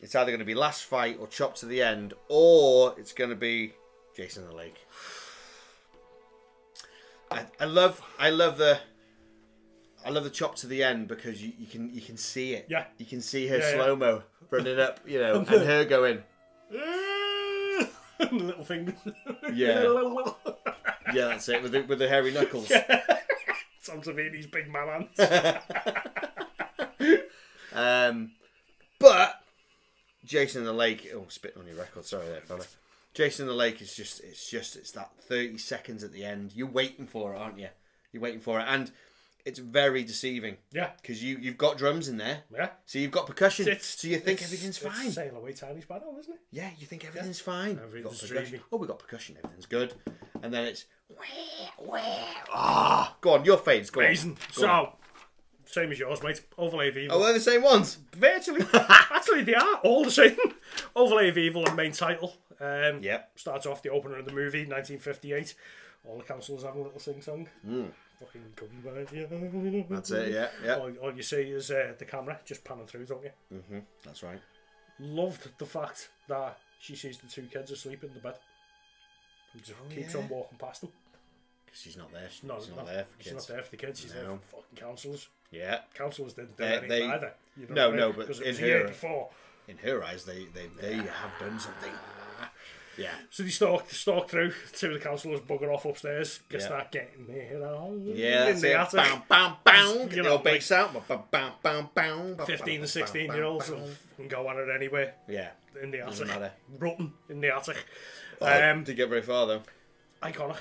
A: It's either going to be Last Fight or Chop to the End, or it's going to be Jason and the Lake. I, I love, I love the, I love the chop to the end because you, you can you can see it.
B: Yeah.
A: You can see her
B: Yeah, yeah.
A: slow mo running up, you know, and her going,
B: little fingers
A: yeah, yeah, that's it with the, with the hairy knuckles.
B: Sam Savini's big man hands
A: Um, but Jason and the Lake, oh, spitting on your record, sorry there, fella. Jason and the Lake is just, it's just, it's that 30 seconds at the end. You're waiting for it, aren't you? You're waiting for it. And it's very deceiving
B: yeah
A: because you, you've got drums in there.
B: yeah
A: So you've got percussion.
B: It's-
A: so you think
B: it's-
A: everything's
B: it's
A: fine.
B: Sail away, tiny sparrow, isn't it?
A: Yeah, you think everything's fine. We've got
B: Everything's
A: percussion.
B: dreamy.
A: Oh, we got percussion. Everything's good. And then it's, ah, go on, your faves, go
B: Amazing.
A: on. Go
B: So,
A: on.
B: same as yours, mate. Overlay of Evil.
A: Oh, they're the same ones.
B: Virtually, actually, they are all the same. Overlay of Evil and main title. Um,
A: Yep.
B: Starts off the opener of the movie, 1958. All the councillors having a little sing song. Fucking come by the
A: That's it, yeah, Hmm. yeah.
B: All, all you see is uh, the camera just panning through, don't you?
A: That's right.
B: Loved the fact that she sees the two kids asleep in the bed. And just keeps
A: Oh, yeah.
B: on walking past them.
A: She's not there. She's
B: No,
A: not,
B: no,
A: there for
B: she's
A: kids.
B: not there for the kids. She's there
A: No.
B: for fucking councillors.
A: Yeah.
B: Councillors didn't do
A: They-
B: anything
A: they-
B: either. You
A: No,
B: what I
A: no,
B: mean?
A: but
B: 'Cause it
A: in
B: was the year
A: her-
B: before.
A: In her eyes, they they, they have done something. Yeah.
B: So they stalk, stalk through. Two of the councillors bugger off upstairs. Get
A: Yeah.
B: start getting there on
A: Yeah, that's
B: in the
A: it.
B: attic.
A: Bam, bam, bam. Get
B: You
A: the
B: know,
A: old bass out. Bam, bam, bam, bam, bam.
B: 15
A: bam,
B: and 16
A: bam,
B: year olds
A: bam,
B: will
A: bam.
B: fucking go at it anyway.
A: Yeah.
B: In the
A: Doesn't
B: attic.
A: matter.
B: Rotten in the attic.
A: Um,
B: Um,
A: Did get very far though.
B: iconic.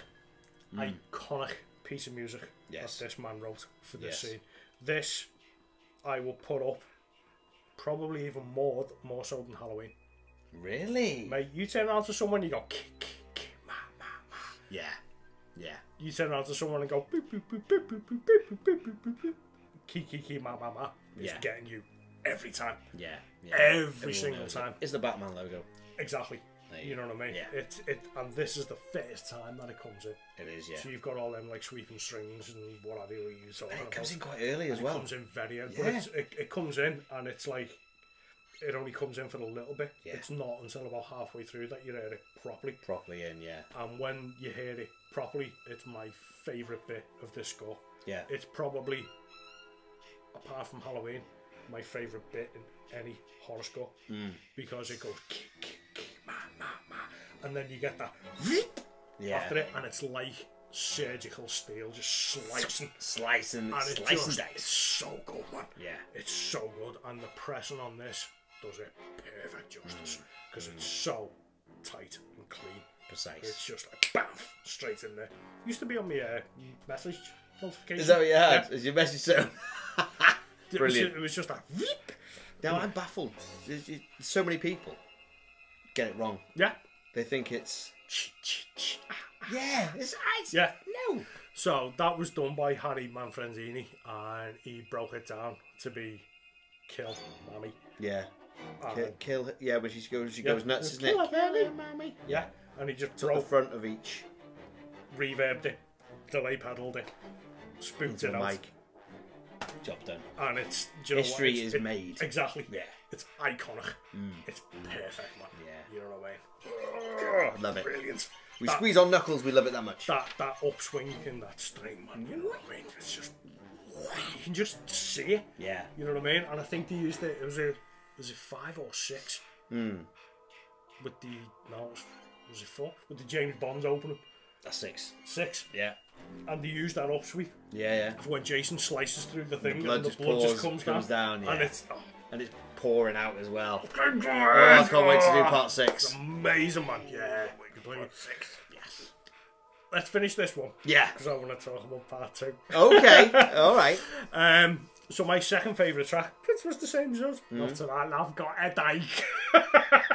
B: Iconic piece of music
A: Hmm. Yes.
B: that this man wrote for this
A: Yes.
B: scene. This, I will put up probably even more, more so than Halloween.
A: Really?
B: Mate, you turn around to someone, you go, kick, kick, kick, ma, ma, ma.
A: Yeah. Yeah.
B: You turn around to someone and go, boop, boop, boop, boop, boop, boop, boop, boop, boop, boop, boop, boop. Ki, ki, ki, ma, ma, ma. It's
A: Yeah.
B: getting you every time.
A: Yeah. yeah.
B: Every
A: Everyone
B: single
A: knows
B: time.
A: It. It's the Batman logo.
B: Exactly.
A: There
B: You know what I mean?
A: Yeah.
B: It, it, and this is the first time that it comes in.
A: It is, yeah.
B: So you've got all them like sweeping strings and whatever you talking
A: It
B: about.
A: comes in quite early as well.
B: comes in very early.
A: Yeah.
B: But it's, it, it comes in and it's like it only comes in for a little bit.
A: Yeah.
B: It's not until about halfway through that you hear it properly.
A: Properly in, yeah.
B: And when you hear it properly, it's my favourite bit of this score.
A: Yeah.
B: It's probably, apart from Halloween, my favourite bit in any horror score
A: Hmm.
B: because it goes kick, kick, kick, ma, ma, ma, and then you get that
A: yeah.
B: after it, and it's like surgical steel just slicing.
A: Slicing,
B: And it's
A: slicing
B: just, it's
A: dice.
B: so good, man.
A: Yeah.
B: It's so good, and the pressing on this does it perfect justice
A: Hmm.
B: because it's so tight and clean. It's
A: Precise.
B: just like bam, straight in there. Used to be on my uh, message notification.
A: Is that what you
B: Yeah.
A: had? Is your message so?
B: It was ju-
A: Brilliant.
B: It was just like, "Veep."
A: Now I'm baffled. There's- there's So many people get it wrong.
B: yeah,
A: They think it's. Yeah, it's ice.
B: yeah.
A: No.
B: ah, So that was done by Harry Manfredini, and he broke it down to be kill mommy.
A: Yeah.
B: And,
A: Kill, kill yeah, when she goes, she
B: yeah,
A: goes nuts, isn't
B: kill
A: it?
B: her, mommy, mommy.
A: Yeah.
B: And he just
A: The
B: broke,
A: front of each
B: reverbed it, delay pedaled it, spooked
A: into
B: it
A: the
B: out,
A: mic. Job done.
B: and it's do you know what?
A: History
B: It's-
A: is
B: it-
A: made.
B: Exactly.
A: Yeah. Mm.
B: It's iconic. It's perfect, man.
A: Yeah.
B: You know what I mean?
A: Love it.
B: Brilliant.
A: We
B: That-
A: squeeze on knuckles. We love it Oh, that much.
B: that that upswing in that string, man. You know what I mean? It's just you can just see it.
A: Yeah.
B: You know what I mean? And I think they used it. It was a was it five or six? Hmm. With the no, it was, was it four? With the James Bond opening
A: That's six.
B: six,
A: Yeah.
B: and they used that upsweep
A: Yeah, yeah.
B: for when Jason slices through the thing,
A: blood
B: and the
A: just
B: blood just
A: pours-
B: comes,
A: comes down,
B: and
A: yeah.
B: it's oh,
A: And it's pouring out as well.
B: thank
A: Oh, I
B: God.
A: can't wait to do
B: Oh,
A: part six.
B: Amazing, man. Yeah. Completely.
A: Yes.
B: Let's finish this one
A: Yeah.
B: because I want to talk about part two.
A: Okay. All right.
B: Um, so my second favourite track, it was the same as us.
A: Hmm.
B: Not to that, I've got a dike.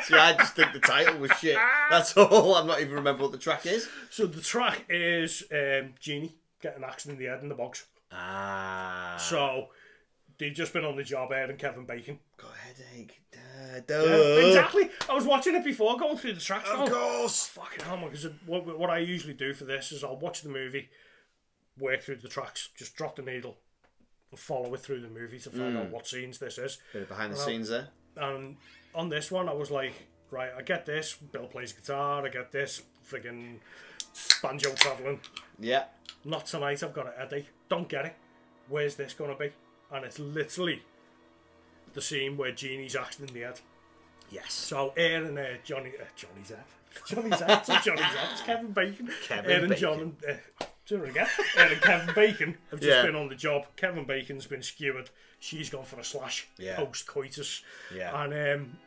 A: See, I just think the title was shit. That's all. I'm not even remember what the track is.
B: so the track is um, Genie getting axed in the head in the box.
A: Ah.
B: So they've just been on the job, Ed and Kevin Bacon.
A: Got a headache. Duh,
B: Exactly. I was watching it before going through the tracks.
A: Uh, Of course.
B: Fucking hell, because what, what I usually do for this is I'll watch the movie, work through the tracks, just drop the needle, and follow it through the movie to find
A: Mm.
B: out what scenes this is.
A: Bit of behind the scenes there.
B: And on this one, I was like, right, I get this. Bill plays guitar. I get this. Friggin' banjo traveling.
A: Yeah.
B: Not tonight. I've got a headache. Don't get it. Where's this gonna be? And it's literally the scene where Jeannie's axed in the head.
A: Yes.
B: So Air and uh, Johnny, uh, Johnny Zapp, Johnny Zapp, it's not Johnny Zapp, it's Kevin Bacon.
A: Kevin
B: Air and John,
A: Bacon.
B: and, uh, do it again. Air and Kevin Bacon have just
A: Yeah.
B: been on the job. Kevin Bacon's been skewered. She's gone for a slash
A: Yeah.
B: post coitus.
A: Yeah.
B: And um,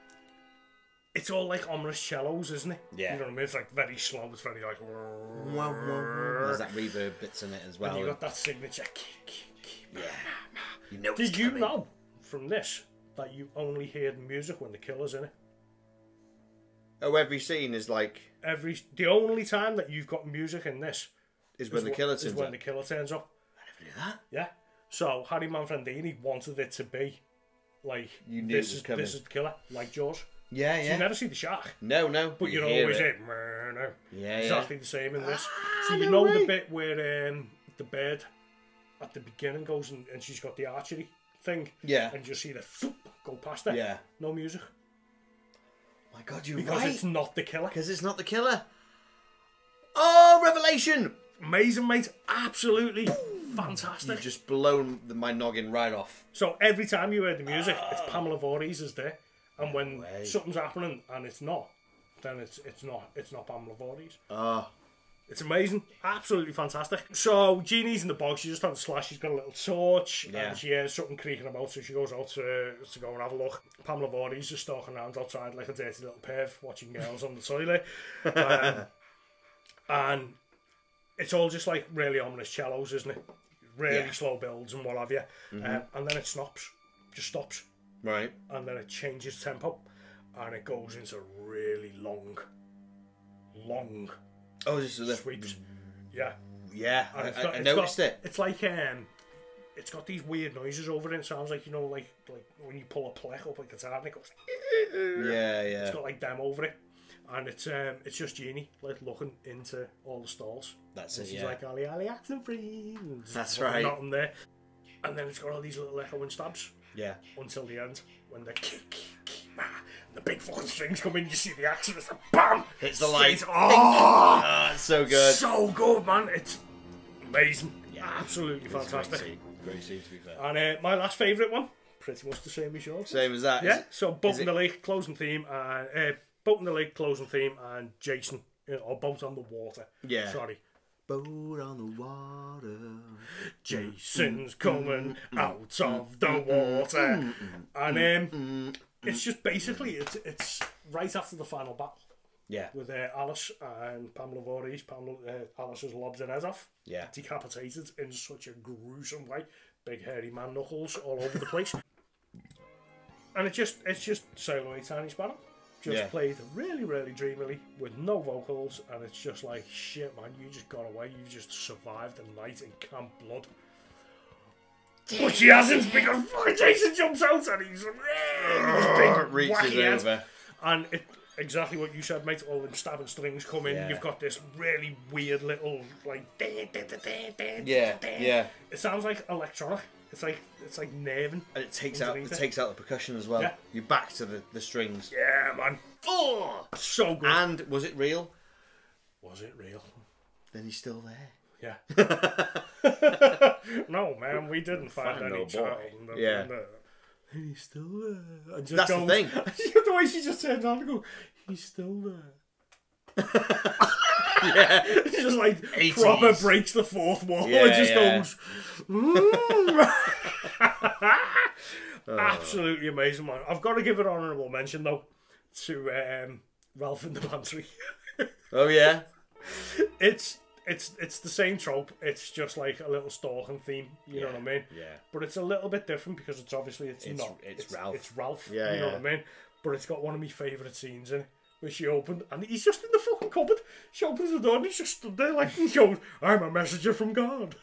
B: it's all like ominous cellos, isn't it?
A: Yeah.
B: You know what I mean? It's like very slow. It's very like.
A: There's that reverb bits in it as well.
B: You got that signature. kick, kick, kick.
A: yeah. You know
B: Did
A: it's
B: you
A: coming.
B: know from this that you only hear the music when the killer's in it?
A: Oh, every scene is like
B: every the only time that you've got music in this
A: is when
B: is
A: the
B: wh-
A: killer
B: is
A: turns
B: when
A: up.
B: the killer turns up.
A: I never knew that.
B: Yeah. So Harry Manfredini wanted it to be like
A: You knew it
B: this
A: was
B: is
A: coming.
B: this is the killer, like Jaws.
A: Yeah,
B: You
A: yeah.
B: never see the shark,
A: No, no.
B: but
A: you
B: you're
A: hear
B: always
A: it.
B: in "Meh, no."
A: Yeah,
B: exactly the same in this.
A: Ah,
B: so you
A: no
B: know
A: way.
B: the bit where um, the bird at the beginning goes and, and she's got the archery thing.
A: Yeah.
B: And you see the thump go past her.
A: Yeah.
B: No music
A: yeah. My God, you're
B: because
A: right.
B: it's not the killer.
A: Because it's not the killer. Oh, revelation!
B: Amazing, mate. Absolutely fantastic.
A: You've just blown the, my noggin right off.
B: So every time you hear the music, it's Pamela Voorhees is there, and when
A: way.
B: something's happening and it's not, then it's it's not it's not Pamela Voorhees.
A: Oh,
B: It's amazing, absolutely fantastic. So Jeannie's in the box. She just had a slash. She's got a little torch,
A: Yeah.
B: and she hears something creaking about, so she goes out to to go and have a look. Pamela Voorhees is stalking around outside like a dirty little perv, watching girls on the toilet, um, and it's all just like really ominous cellos, isn't it? Really
A: Yeah.
B: slow builds and what have you, um, and then it stops, just stops
A: right.
B: and then it changes tempo and it goes into really long long
A: Oh, this is the
B: sweeps yeah
A: yeah.
B: and
A: I,
B: Oh, it's
A: I-
B: got-
A: I
B: it's
A: noticed
B: got-
A: it.
B: it's like um it's got these weird noises over it it sounds like you know like like when you pull a plec up a guitar and it goes
A: Yeah, yeah.
B: it's got like them over it and it's um, it's just Genie like looking into all the stalls.
A: That's
B: And
A: it,
B: she's
A: yeah.
B: like Ali Ali Acton Free. and just
A: That's
B: fucking
A: right.
B: Nothing there, and then it's got all these little echoing stabs
A: Yeah.
B: until the end when the kick, kick, kick, bah, and the big fucking strings come in. You see the axe and it's a bam.
A: Hits the
B: Straight-
A: light.
B: Oh,
A: Ah, it's so good.
B: so good, man. It's amazing.
A: Yeah.
B: Absolutely
A: It's a
B: fantastic.
A: Great scene. Great scene, to be fair.
B: And uh, my last favourite one, pretty much the same as yours.
A: Same as that. is
B: Yeah,
A: it?
B: so Boat
A: is
B: in the Lake, closing theme, and uh, Boat in the Lake, closing theme, and Jason, uh, or Boat on the Water.
A: Yeah. Mm.
B: Sorry.
A: Boat on the water. Mm.
B: Jason's coming out of the water.
A: Mm.
B: And um, it's just basically, it's, it's right after the final battle
A: Yeah.
B: with uh, Alice and Pamela Voorhees. Pamela, uh, Alice has lobbed her head off.
A: Yeah.
B: decapitated in such a gruesome way. Big hairy man knuckles all over the place. and it just it's just solo Tani's battle. Just
A: Yeah.
B: played really, really dreamily with no vocals, and it's just like shit, man. You just got away. You just survived the night in camp blood. But she hasn't because fucking Jason jumps out and he's
A: Arr,
B: big
A: Reaches
B: wacky head.
A: over.
B: And it, exactly what you said, mate. All them stabbing strings come in.
A: Yeah.
B: You've got this really weird little like.
A: Yeah, yeah.
B: It sounds like electronic. It's like it's like nerving.
A: And it takes out it
B: Underneath it.
A: takes out the percussion as well.
B: Yeah.
A: You're back to the, the strings.
B: Yeah, man.
A: Oh!
B: So good.
A: And was it real?
B: Was it real?
A: Then he's still there.
B: Yeah. no, man. We didn't find,
A: Find
B: any
A: no
B: child.
A: boy.
B: in the-
A: Yeah.
B: in the- He's still there. And just
A: That's the
B: goes-
A: thing.
B: the way she just turns on and goes, he's still there.
A: Yeah.
B: She just like proper
A: 80s.
B: breaks the fourth wall
A: Yeah,
B: and just
A: yeah.
B: goes. "Mm."
A: Oh.
B: Absolutely amazing, man. I've got to give an honourable mention though to um, Ralph in the Pantry.
A: Oh yeah.
B: it's it's it's the same trope. It's just like a little stalking theme. You know
A: Yeah,
B: what I mean?
A: yeah.
B: But it's a little bit different because it's obviously it's,
A: It's-
B: not
A: it's Ralph.
B: It's Ralph.
A: Yeah,
B: you know
A: yeah.
B: what I mean? But it's got one of my favourite scenes in it. Where she opened and he's just in the fucking cupboard. She opens the door and he's just stood there like he goes, I'm a messenger from God.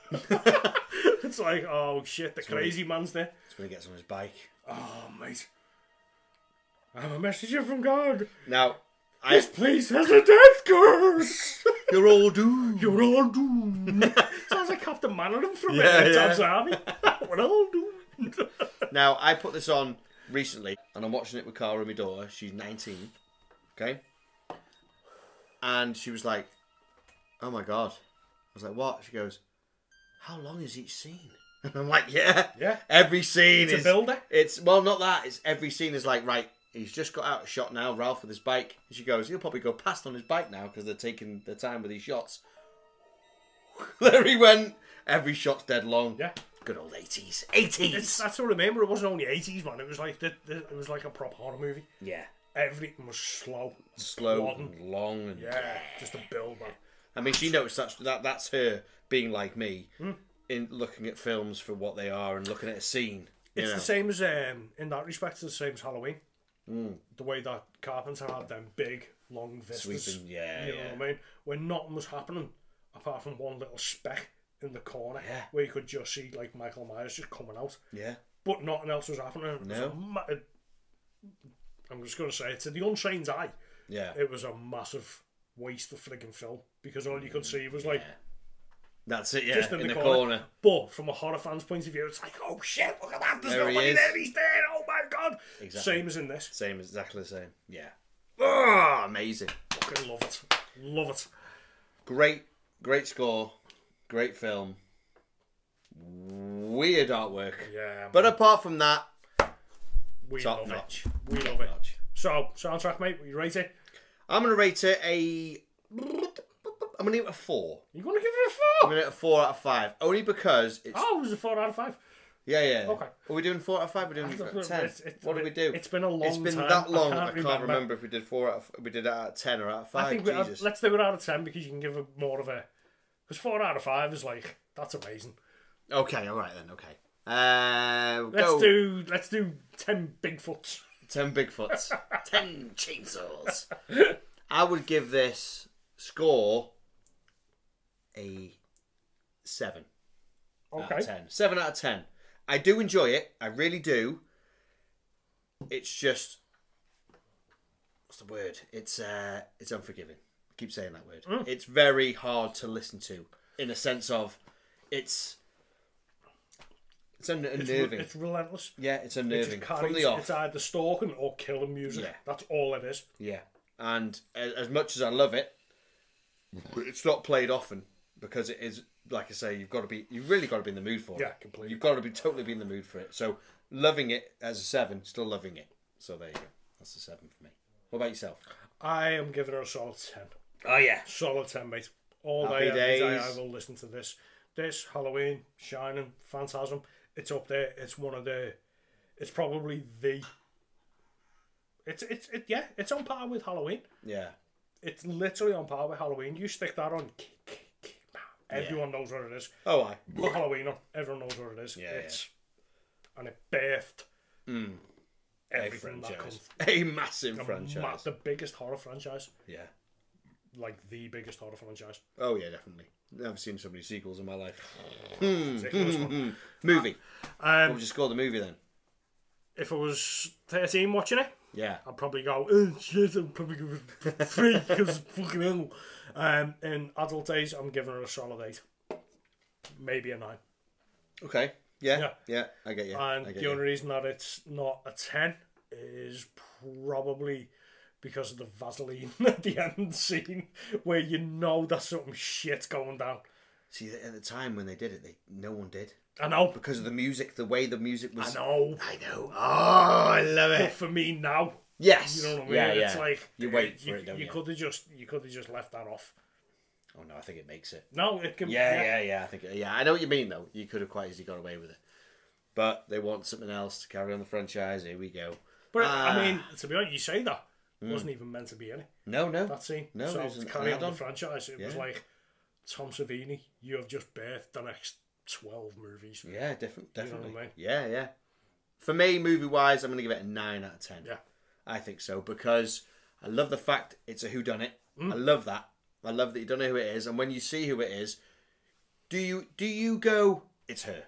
B: it's like, oh shit, the crazy man's there.
A: That's when he gets on his bike.
B: Oh mate. I'm a messenger from God.
A: Now I
B: This place has a death curse.
A: You're all doomed.
B: You're all doomed. Sounds like Captain Manningham from
A: Yeah,
B: yeah,
A: yeah.
B: Tom's Army. We're all doomed.
A: Now, I put this on recently, and I'm watching it with Cara, my daughter. She's 19, okay? And she was like, oh my God. I was like, what? She goes, how long is each scene? And I'm like, yeah.
B: Yeah.
A: Every scene
B: It's a
A: is...
B: builder.
A: It's, well, not that. It's every scene is like, right, he's just got out a shot now, Ralph, with his bike. And she goes, he'll probably go past on his bike now because they're taking their time with these shots. there he went. Every shot's dead long.
B: Yeah.
A: Good old 80s. 80s.
B: It's, that's what I remember. It wasn't only eighties, man. It was like the, the, it was like a prop horror movie.
A: Yeah.
B: Everything was slow,
A: Slow
B: plodding.
A: and long and
B: Yeah, just a build, man.
A: I mean she noticed that's that that's her being like me
B: Hmm.
A: in looking at films for what they are and looking at a scene. You
B: It's
A: know.
B: the same as um, in that respect. It's the same as Halloween.
A: Mm.
B: The way that Carpenter had them big, long vistas.
A: Sweeping, yeah,
B: you
A: yeah.
B: know what I mean. When nothing was happening, apart from one little speck in the corner,
A: Yeah.
B: where you could just see like Michael Myers just coming out.
A: Yeah.
B: but nothing else was happening. It was
A: No.
B: a ma- I'm just going to say it to the untrained eye.
A: Yeah.
B: It was a massive waste of frigging film because all you could see was like
A: That's it, yeah.
B: just
A: Mm, in,
B: in,
A: the, corner.
B: corner. But from a horror fan's point of view, it's like, oh shit, look at that! There's
A: There he
B: nobody
A: is.
B: there. He's dead. Oh my god!
A: Exactly.
B: Same as in this.
A: Same exactly the same. Yeah. Oh, amazing.
B: Fucking love it. Love it.
A: Great great score. Great film. Weird artwork.
B: Yeah.
A: But apart from that,
B: we
A: top
B: love
A: notch.
B: it. We love it. So soundtrack, mate. You rate it?
A: I'm gonna rate it a I'm gonna give it a four.
B: You gonna give it a
A: I'm
B: four?
A: gonna give it a four out of five. Only because it's
B: Oh, it was a four out of five.
A: Yeah, yeah.
B: Okay.
A: Are we doing four out of five? We're doing ten.
B: It's- it's-
A: what did we do?
B: It's been a long
A: It's been
B: time.
A: that long. I
B: I
A: can't, remember. if we did four out. Of, we did it out of ten or out of five.
B: I think we, uh,
A: Jesus.
B: let's do it out of ten because you can give it more of a. Because four out of five is like that's amazing.
A: okay. All right then. Okay. Uh, we'll
B: Let's
A: go.
B: do let's do ten Bigfoots.
A: ten Bigfoots, ten chainsaws. I would give this score a seven. out
B: Okay.
A: of 10. 7 out of 10. I do enjoy it. I really do. It's just what's the word? It's uh, it's unforgiving. I keep saying that word.
B: Mm.
A: It's very hard to listen to in a sense of it's it's un-
B: It's,
A: unnerving.
B: it's relentless.
A: yeah, it's
B: It
A: unnerving
B: just
A: from
B: carries,
A: the off.
B: it's either stalking or killing music.
A: Yeah.
B: That's all it is.
A: Yeah, and a- as much as I love it, it's not played often because it is like I say, you've got to be, you have really got to be in the mood for it.
B: Yeah, completely.
A: You've got to be totally be in the mood for it. So loving it as a seven, still loving it. So there you go. That's a seven for me. What about yourself?
B: I am giving her a solid 10.
A: Oh yeah,
B: Solid 10, mate. All
A: Happy
B: day, every day, I
A: days.
B: will listen to this. This, Halloween, Shining, Phantasm, it's up there. It's one of the. It's probably the. It's, it's, it, yeah, it's on par with Halloween.
A: yeah,
B: It's literally on par with Halloween. You stick that on. k- k- k- Everyone knows what it is.
A: oh I.
B: Put Halloween on. Everyone knows what it is.
A: Yeah, Mm.
B: it's, And it birthed
A: A
B: everything that
A: franchise,
B: comes
A: a massive
B: Ma-
A: franchise.
B: the biggest horror franchise,
A: Yeah.
B: like the biggest horror franchise.
A: Oh yeah, definitely. I've seen so many sequels in my life.
B: Ridiculous one.
A: Movie. What
B: Um,
A: would you score the movie then?
B: if I was 13 watching it,
A: Yeah.
B: I'd probably go, oh, shit, I'm probably giving it three because fucking hell. Um, in adult days, I'm giving her a solid eight, maybe a nine.
A: Okay. Yeah. Yeah.
B: Yeah.
A: I get you.
B: And
A: I get
B: the
A: you.
B: only reason that it's not a 10 is probably because of the Vaseline at the end scene where you know there's something shit going down.
A: See, at the time when they did it, they no one did
B: I know.
A: because of the music, the way the music
B: I
A: was.
B: know.
A: I know. Oh, I love
B: But
A: it.
B: for me now,
A: Yes.
B: You know what I mean?
A: Yeah, yeah.
B: It's like
A: you wait
B: uh,
A: for it, don't
B: you
A: you?
B: could have just you could have just left that off.
A: Oh no, I think it makes it.
B: No, it can.
A: Yeah, yeah, yeah. I think. Yeah, I know what you mean though. You could have quite easily got away with it, but they want something else to carry on the franchise. Here we go.
B: But
A: Ah.
B: I mean, to be honest, you say that it wasn't even meant to be any
A: No, no.
B: that scene.
A: No,
B: so
A: it was
B: to
A: an
B: carry on the
A: add-on.
B: franchise, it was
A: Yeah.
B: like Tom Savini, you have just birthed the next twelve movies.
A: Yeah, different,
B: know what I
A: definitely.
B: mean?
A: Yeah, yeah. For me, movie wise, I'm going to give it a nine out of ten.
B: Yeah.
A: I think so because I love the fact it's a who done it.
B: Mm.
A: I love that. I love that you don't know who it is, and when you see who it is, do you do you go? It's her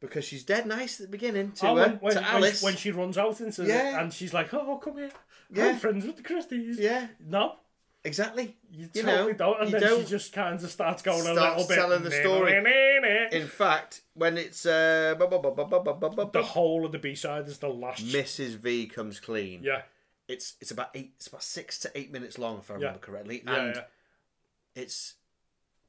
A: because she's dead nice at the beginning to, uh,
B: Oh, when, when,
A: to
B: when-
A: Alice.
B: when she runs out into the-
A: Yeah.
B: and she's like, "Oh, come here,
A: Yeah.
B: I'm friends with the Christies."
A: yeah,
B: No,
A: exactly.
B: you,
A: You know,
B: totally don't. And
A: you
B: then
A: don't.
B: she just kind of starts going a
A: Starts
B: little bit
A: telling the
B: "Nah,
A: story."
B: nah, nah, nah."
A: In fact, when it's uh, bu- bu- bu- bu- bu- bu- bu- bu-
B: The whole of the B side is the last.
A: Mrs. V comes clean.
B: yeah,
A: It's it's about eight. It's about six to eight minutes long, if I remember correctly,
B: yeah,
A: and
B: yeah.
A: it's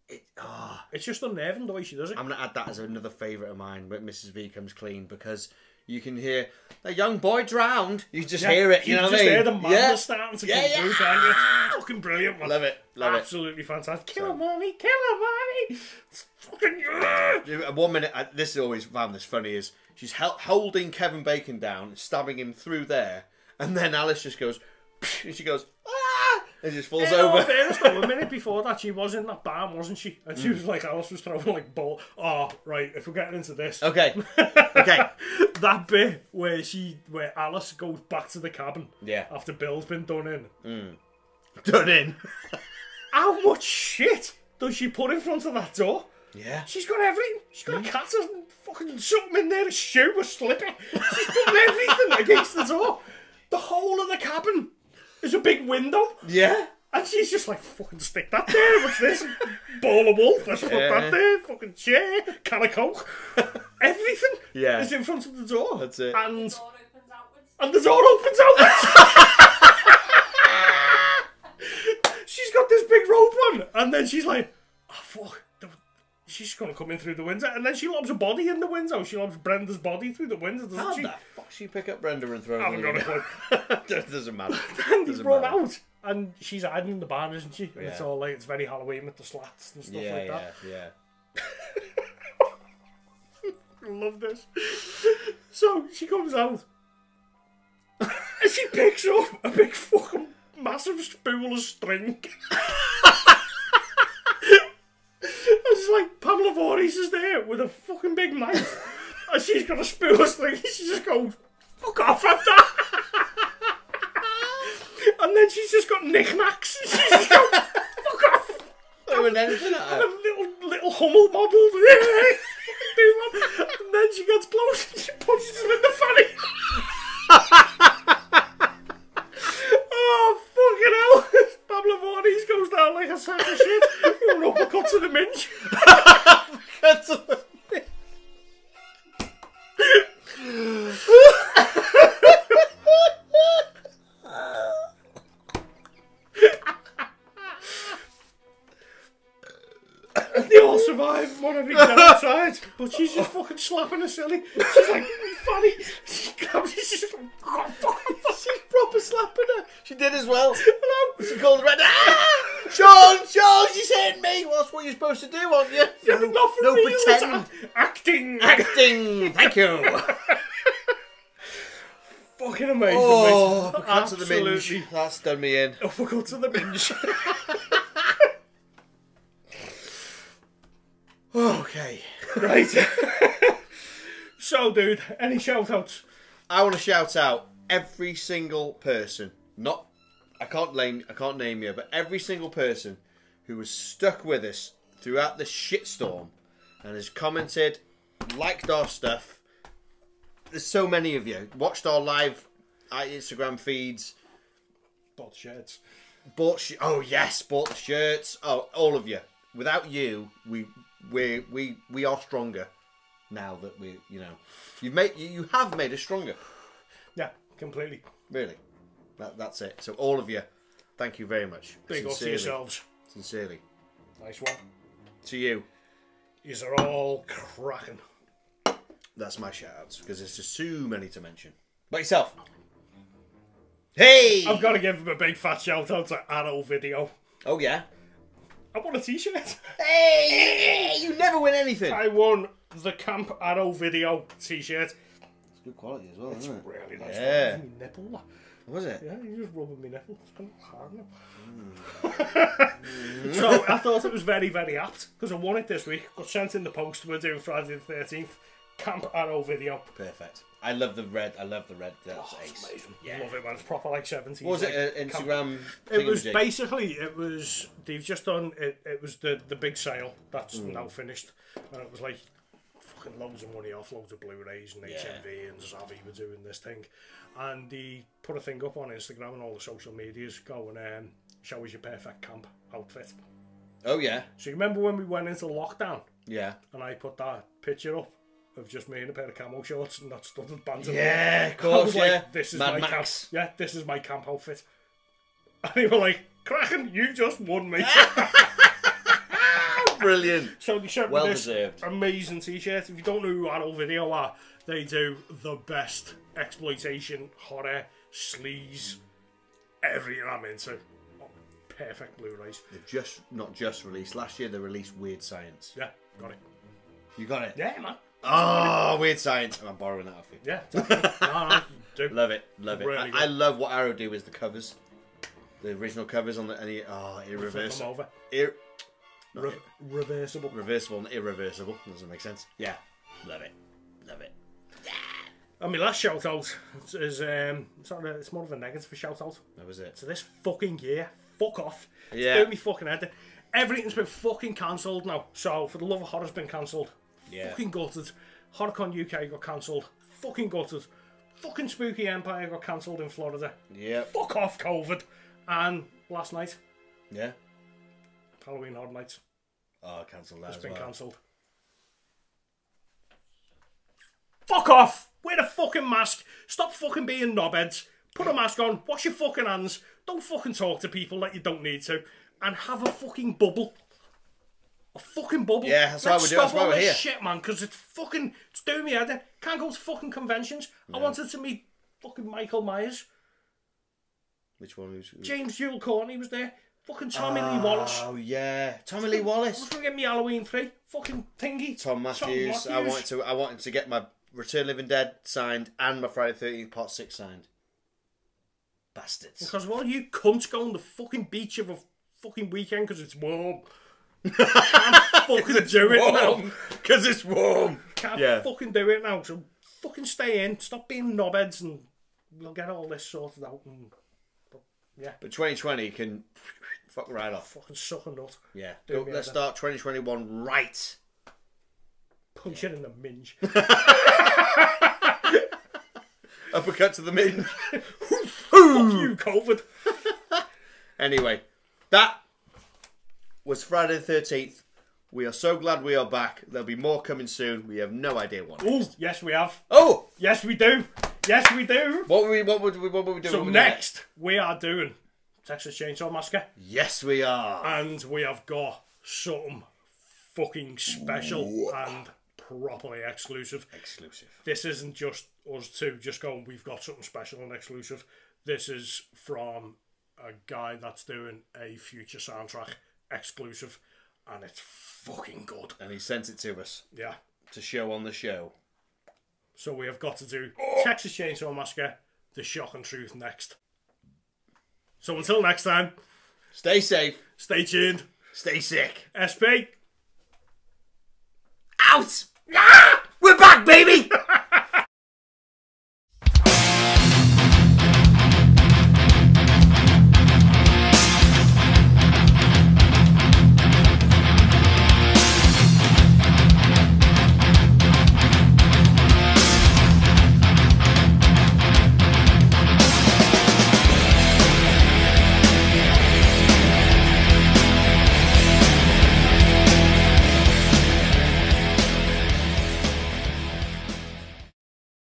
A: it. ah.
B: It's just unnerving the way she does it.
A: I'm gonna add that as another favourite of mine. But Mrs. V comes clean because you can hear the young boy drowned. You just hear it. You, know
B: just
A: what I mean?
B: hear the madness
A: yeah.
B: starting to
A: Yeah,
B: come
A: yeah.
B: through, can't you? Fucking brilliant, man.
A: Love it. Love it.
B: Absolutely fantastic. Kill her, mommy. Kill her, mommy. It's fucking yeah.
A: At One minute, I, this is always found this funny is she's hel- holding Kevin Bacon down, stabbing him through there, and then Alice just goes, and she goes, ah, and just falls
B: In all
A: over.
B: fairness, though, a minute before that, she was in that barn, wasn't she? And
A: Hmm.
B: she was like, Alice was throwing like ball. Oh, right. If we're getting into this,
A: Okay, okay,
B: that bit where she, where Alice goes back to the cabin
A: Yeah.
B: after Bill's been done in.
A: done in.
B: How much shit does she put in front of that door?
A: Yeah,
B: She's got everything. She's
A: Hmm.
B: got a cat and fucking something in there, a shoe, a slipper. She's done everything against the door. The whole of the cabin is a big window.
A: yeah.
B: And she's just like, fucking stick that there. What's this? Ball of wolf. Let's put
A: Yeah.
B: that there. Fucking chair. Can of coke. Everything
A: Yeah.
B: is in front of the door.
A: That's it.
B: And,
C: door opens outwards.
B: and the door opens out. she's got this big rope on. And then she's like, oh, fuck. The- She's going to come in through the window. And then she lobs a body in the window. She lobs Brenda's body through the window, doesn't
A: How
B: she?
A: the fuck she pick up Brenda and throw her?
B: I haven't
A: in
B: got
A: the
B: a clue.
A: window? Doesn't matter.
B: And he's
A: Doesn't
B: run
A: matter.
B: out. And she's hiding in the barn, isn't she? And it's
A: Yeah.
B: all like, it's very Halloween with the slats and stuff
A: Yeah,
B: like that.
A: yeah, yeah.
B: love this. So she comes out. and she picks up a big fucking massive spool of string. and it's like Pamela Voorhees is there with a fucking big knife. and she's got a spool of string. She just goes, fuck off after And then she's just got knickknacks. And she's just got, fuck off
A: Throwing anything at her.
B: a little little Hummel model. Do one. and then she gets close and she punches him in the fanny. oh, one every day outside, but she's just fucking slapping her silly. She's like, Fanny, she grabs it, she's just like, "Oh, fucking
A: She's proper slapping her. She did as well.
B: Hello.
A: She called her out. Ah! Sean, Sean, she's hitting me. Well, that's what you're supposed to do, aren't you?
B: No, not for
A: no
B: real, it's
A: pretend.
B: act- acting.
A: Acting. Thank you.
B: fucking amazing.
A: Oh,
B: mate.
A: that's to the
B: Absolutely.
A: minge. That's done me in.
B: Oh, we'll go to the binge.
A: Okay.
B: right. so, dude, any shout outs?
A: I want to shout out every single person. Not, I can't name, I can't name you, but every single person who was stuck with us throughout the shitstorm and has commented, liked our stuff. There's so many of you watched our live uh, Instagram feeds.
B: Bot shirts.
A: bought sh- oh yes bought the shirts oh all of you without you we we we we are stronger now that we you know you've made you, you have made us stronger
B: Yeah, completely.
A: really that, that's it so all of you thank you very much
B: Big up to yourselves.
A: sincerely
B: Nice one.
A: to you
B: These are all cracking.
A: that's my shout outs because there's just too many to mention but yourself hey
B: I've got to give him a big fat shout out to Arrow Video.
A: oh yeah
B: I won a t shirt.
A: hey you never win anything
B: I won the Camp Arrow Video t shirt.
A: good quality as well isn't it
B: Really nice.
A: Yeah.
B: one. Me Nipple.
A: was it
B: Yeah, you're just rubbing me nipple. It's kind of hard now.
A: Hmm.
B: so I thought it was very, very apt because I won it this week. Got sent in the post. We're doing Friday the 13th. Camp Arrow Video.
A: perfect I love the red I love the red that's ace
B: Love it, man. It's proper like 70s.
A: What was
B: Oh, like,
A: it uh, an
B: camp-
A: Instagram?
B: It was
A: thingamajig?
B: basically it was they've just done it. It was the the big sale that's now finished, and it was like fucking loads of money off, loads of Blu-rays and HMV and Savvy were doing this thing, and he put a thing up on Instagram and all the social medias going, um, "Show us your perfect camp outfit."
A: Oh yeah,
B: So you remember when we went into lockdown
A: yeah,
B: and I put that picture up of just me in a pair of camo shorts and that studded bands.
A: yeah. Of
B: I
A: course,
B: was
A: yeah.
B: like, this is
A: Mad
B: my
A: Max.
B: camp. Yeah, this is my camp outfit. And they were like, Kraken, you just won me.
A: Ah! Brilliant.
B: so they sent me
A: Well
B: this
A: deserved.
B: amazing t-shirt. If you don't know who Arrow Video are, they do the best exploitation, horror, sleaze, everything I'm into. Perfect Blu-rays.
A: They've just not just released last year. They released Weird Science.
B: Yeah, got it.
A: You got it.
B: Yeah, man.
A: Oh, Weird Science. I'm borrowing that off you.
B: Yeah, definitely. no, no, do.
A: Love it, love it.
B: Really
A: I, I
B: good.
A: love what Arrow do with the covers, the original covers on the any oh
B: Flip them
A: irreversible,
B: over.
A: ir- not
B: Re- reversible.
A: ir- reversible and irreversible. Doesn't make sense. Yeah, love it, love it.
B: And my last shout out is um, it's, not a, it's more of a negative shout out.
A: That was it.
B: So this fucking year, fuck off.
A: Yeah.
B: It's doing me fucking head. in. Everything's been fucking cancelled now. So for the love of horror's been cancelled.
A: Yeah.
B: Fucking gutted. Horrorcon UK got cancelled. Fucking gutted. Fucking Spooky Empire got cancelled in Florida.
A: Yeah,
B: Fuck off COVID. And last night,
A: yeah.
B: Halloween Horror Nights,
A: Oh, cancel that.
B: has
A: as
B: been
A: well.
B: cancelled. Fuck off! Wear a fucking mask. Stop fucking being knobheads. Put a mask on. Wash your fucking hands. Don't fucking talk to people that you don't need to. And have a fucking bubble. A fucking bubble.
A: Yeah, that's why
B: Let's
A: we do- that's
B: stop
A: why
B: all
A: we're
B: this
A: here.
B: shit, man, because it's fucking. It's doing me head in. Can't go to fucking conventions. I wanted to meet fucking Michael Myers.
A: Which one? Was,
B: James Jewel Corney was there. Fucking Tommy Lee Wallace.
A: Oh yeah, Tommy Lee Wallace.
B: Who's gonna get me Halloween three? Fucking thingy.
A: Tom Matthews. I
B: Matthews.
A: wanted to I wanted to get my Return of the Living Dead signed and my Friday Thirteenth Part Six signed. Bastards.
B: Because of all you cunts go on the fucking beach of a fucking weekend because it's warm. Can't fucking do it now.
A: because it's warm.
B: Can't
A: Yeah.
B: fucking do it now. So fucking stay in. Stop being knobheads and we'll get all this sorted out and
A: But 2020 can fuck right off.
B: fucking suck a nut.
A: Yeah.
B: Do
A: Go-
B: me
A: let's
B: over.
A: start 2021 right.
B: Punch it in the minge.
A: Uppercut to the min.
B: Fuck you, COVID.
A: anyway, that was Friday the 13th. We are so glad we are back. There'll be more coming soon. We have no idea what.
B: Ooh, yes, we have.
A: Oh,
B: Yes, we do. Yes, we do.
A: what were we? What would we? What were we doing?
B: So next, we are doing Texas Chainsaw Massacre.
A: Yes, we are.
B: And we have got something fucking special and properly exclusive.
A: Exclusive.
B: This isn't just us two just going, we've got something special and exclusive. This is from a guy that's doing a future soundtrack exclusive, and it's fucking good.
A: And he sent it to us
B: Yeah.
A: to show on the show.
B: So we have got to do Texas Chainsaw Massacre, The Shock and Truth next. So until next time,
A: Stay safe.
B: stay tuned.
A: Stay sick.
B: SP.
A: Out! Ah! We're back, baby!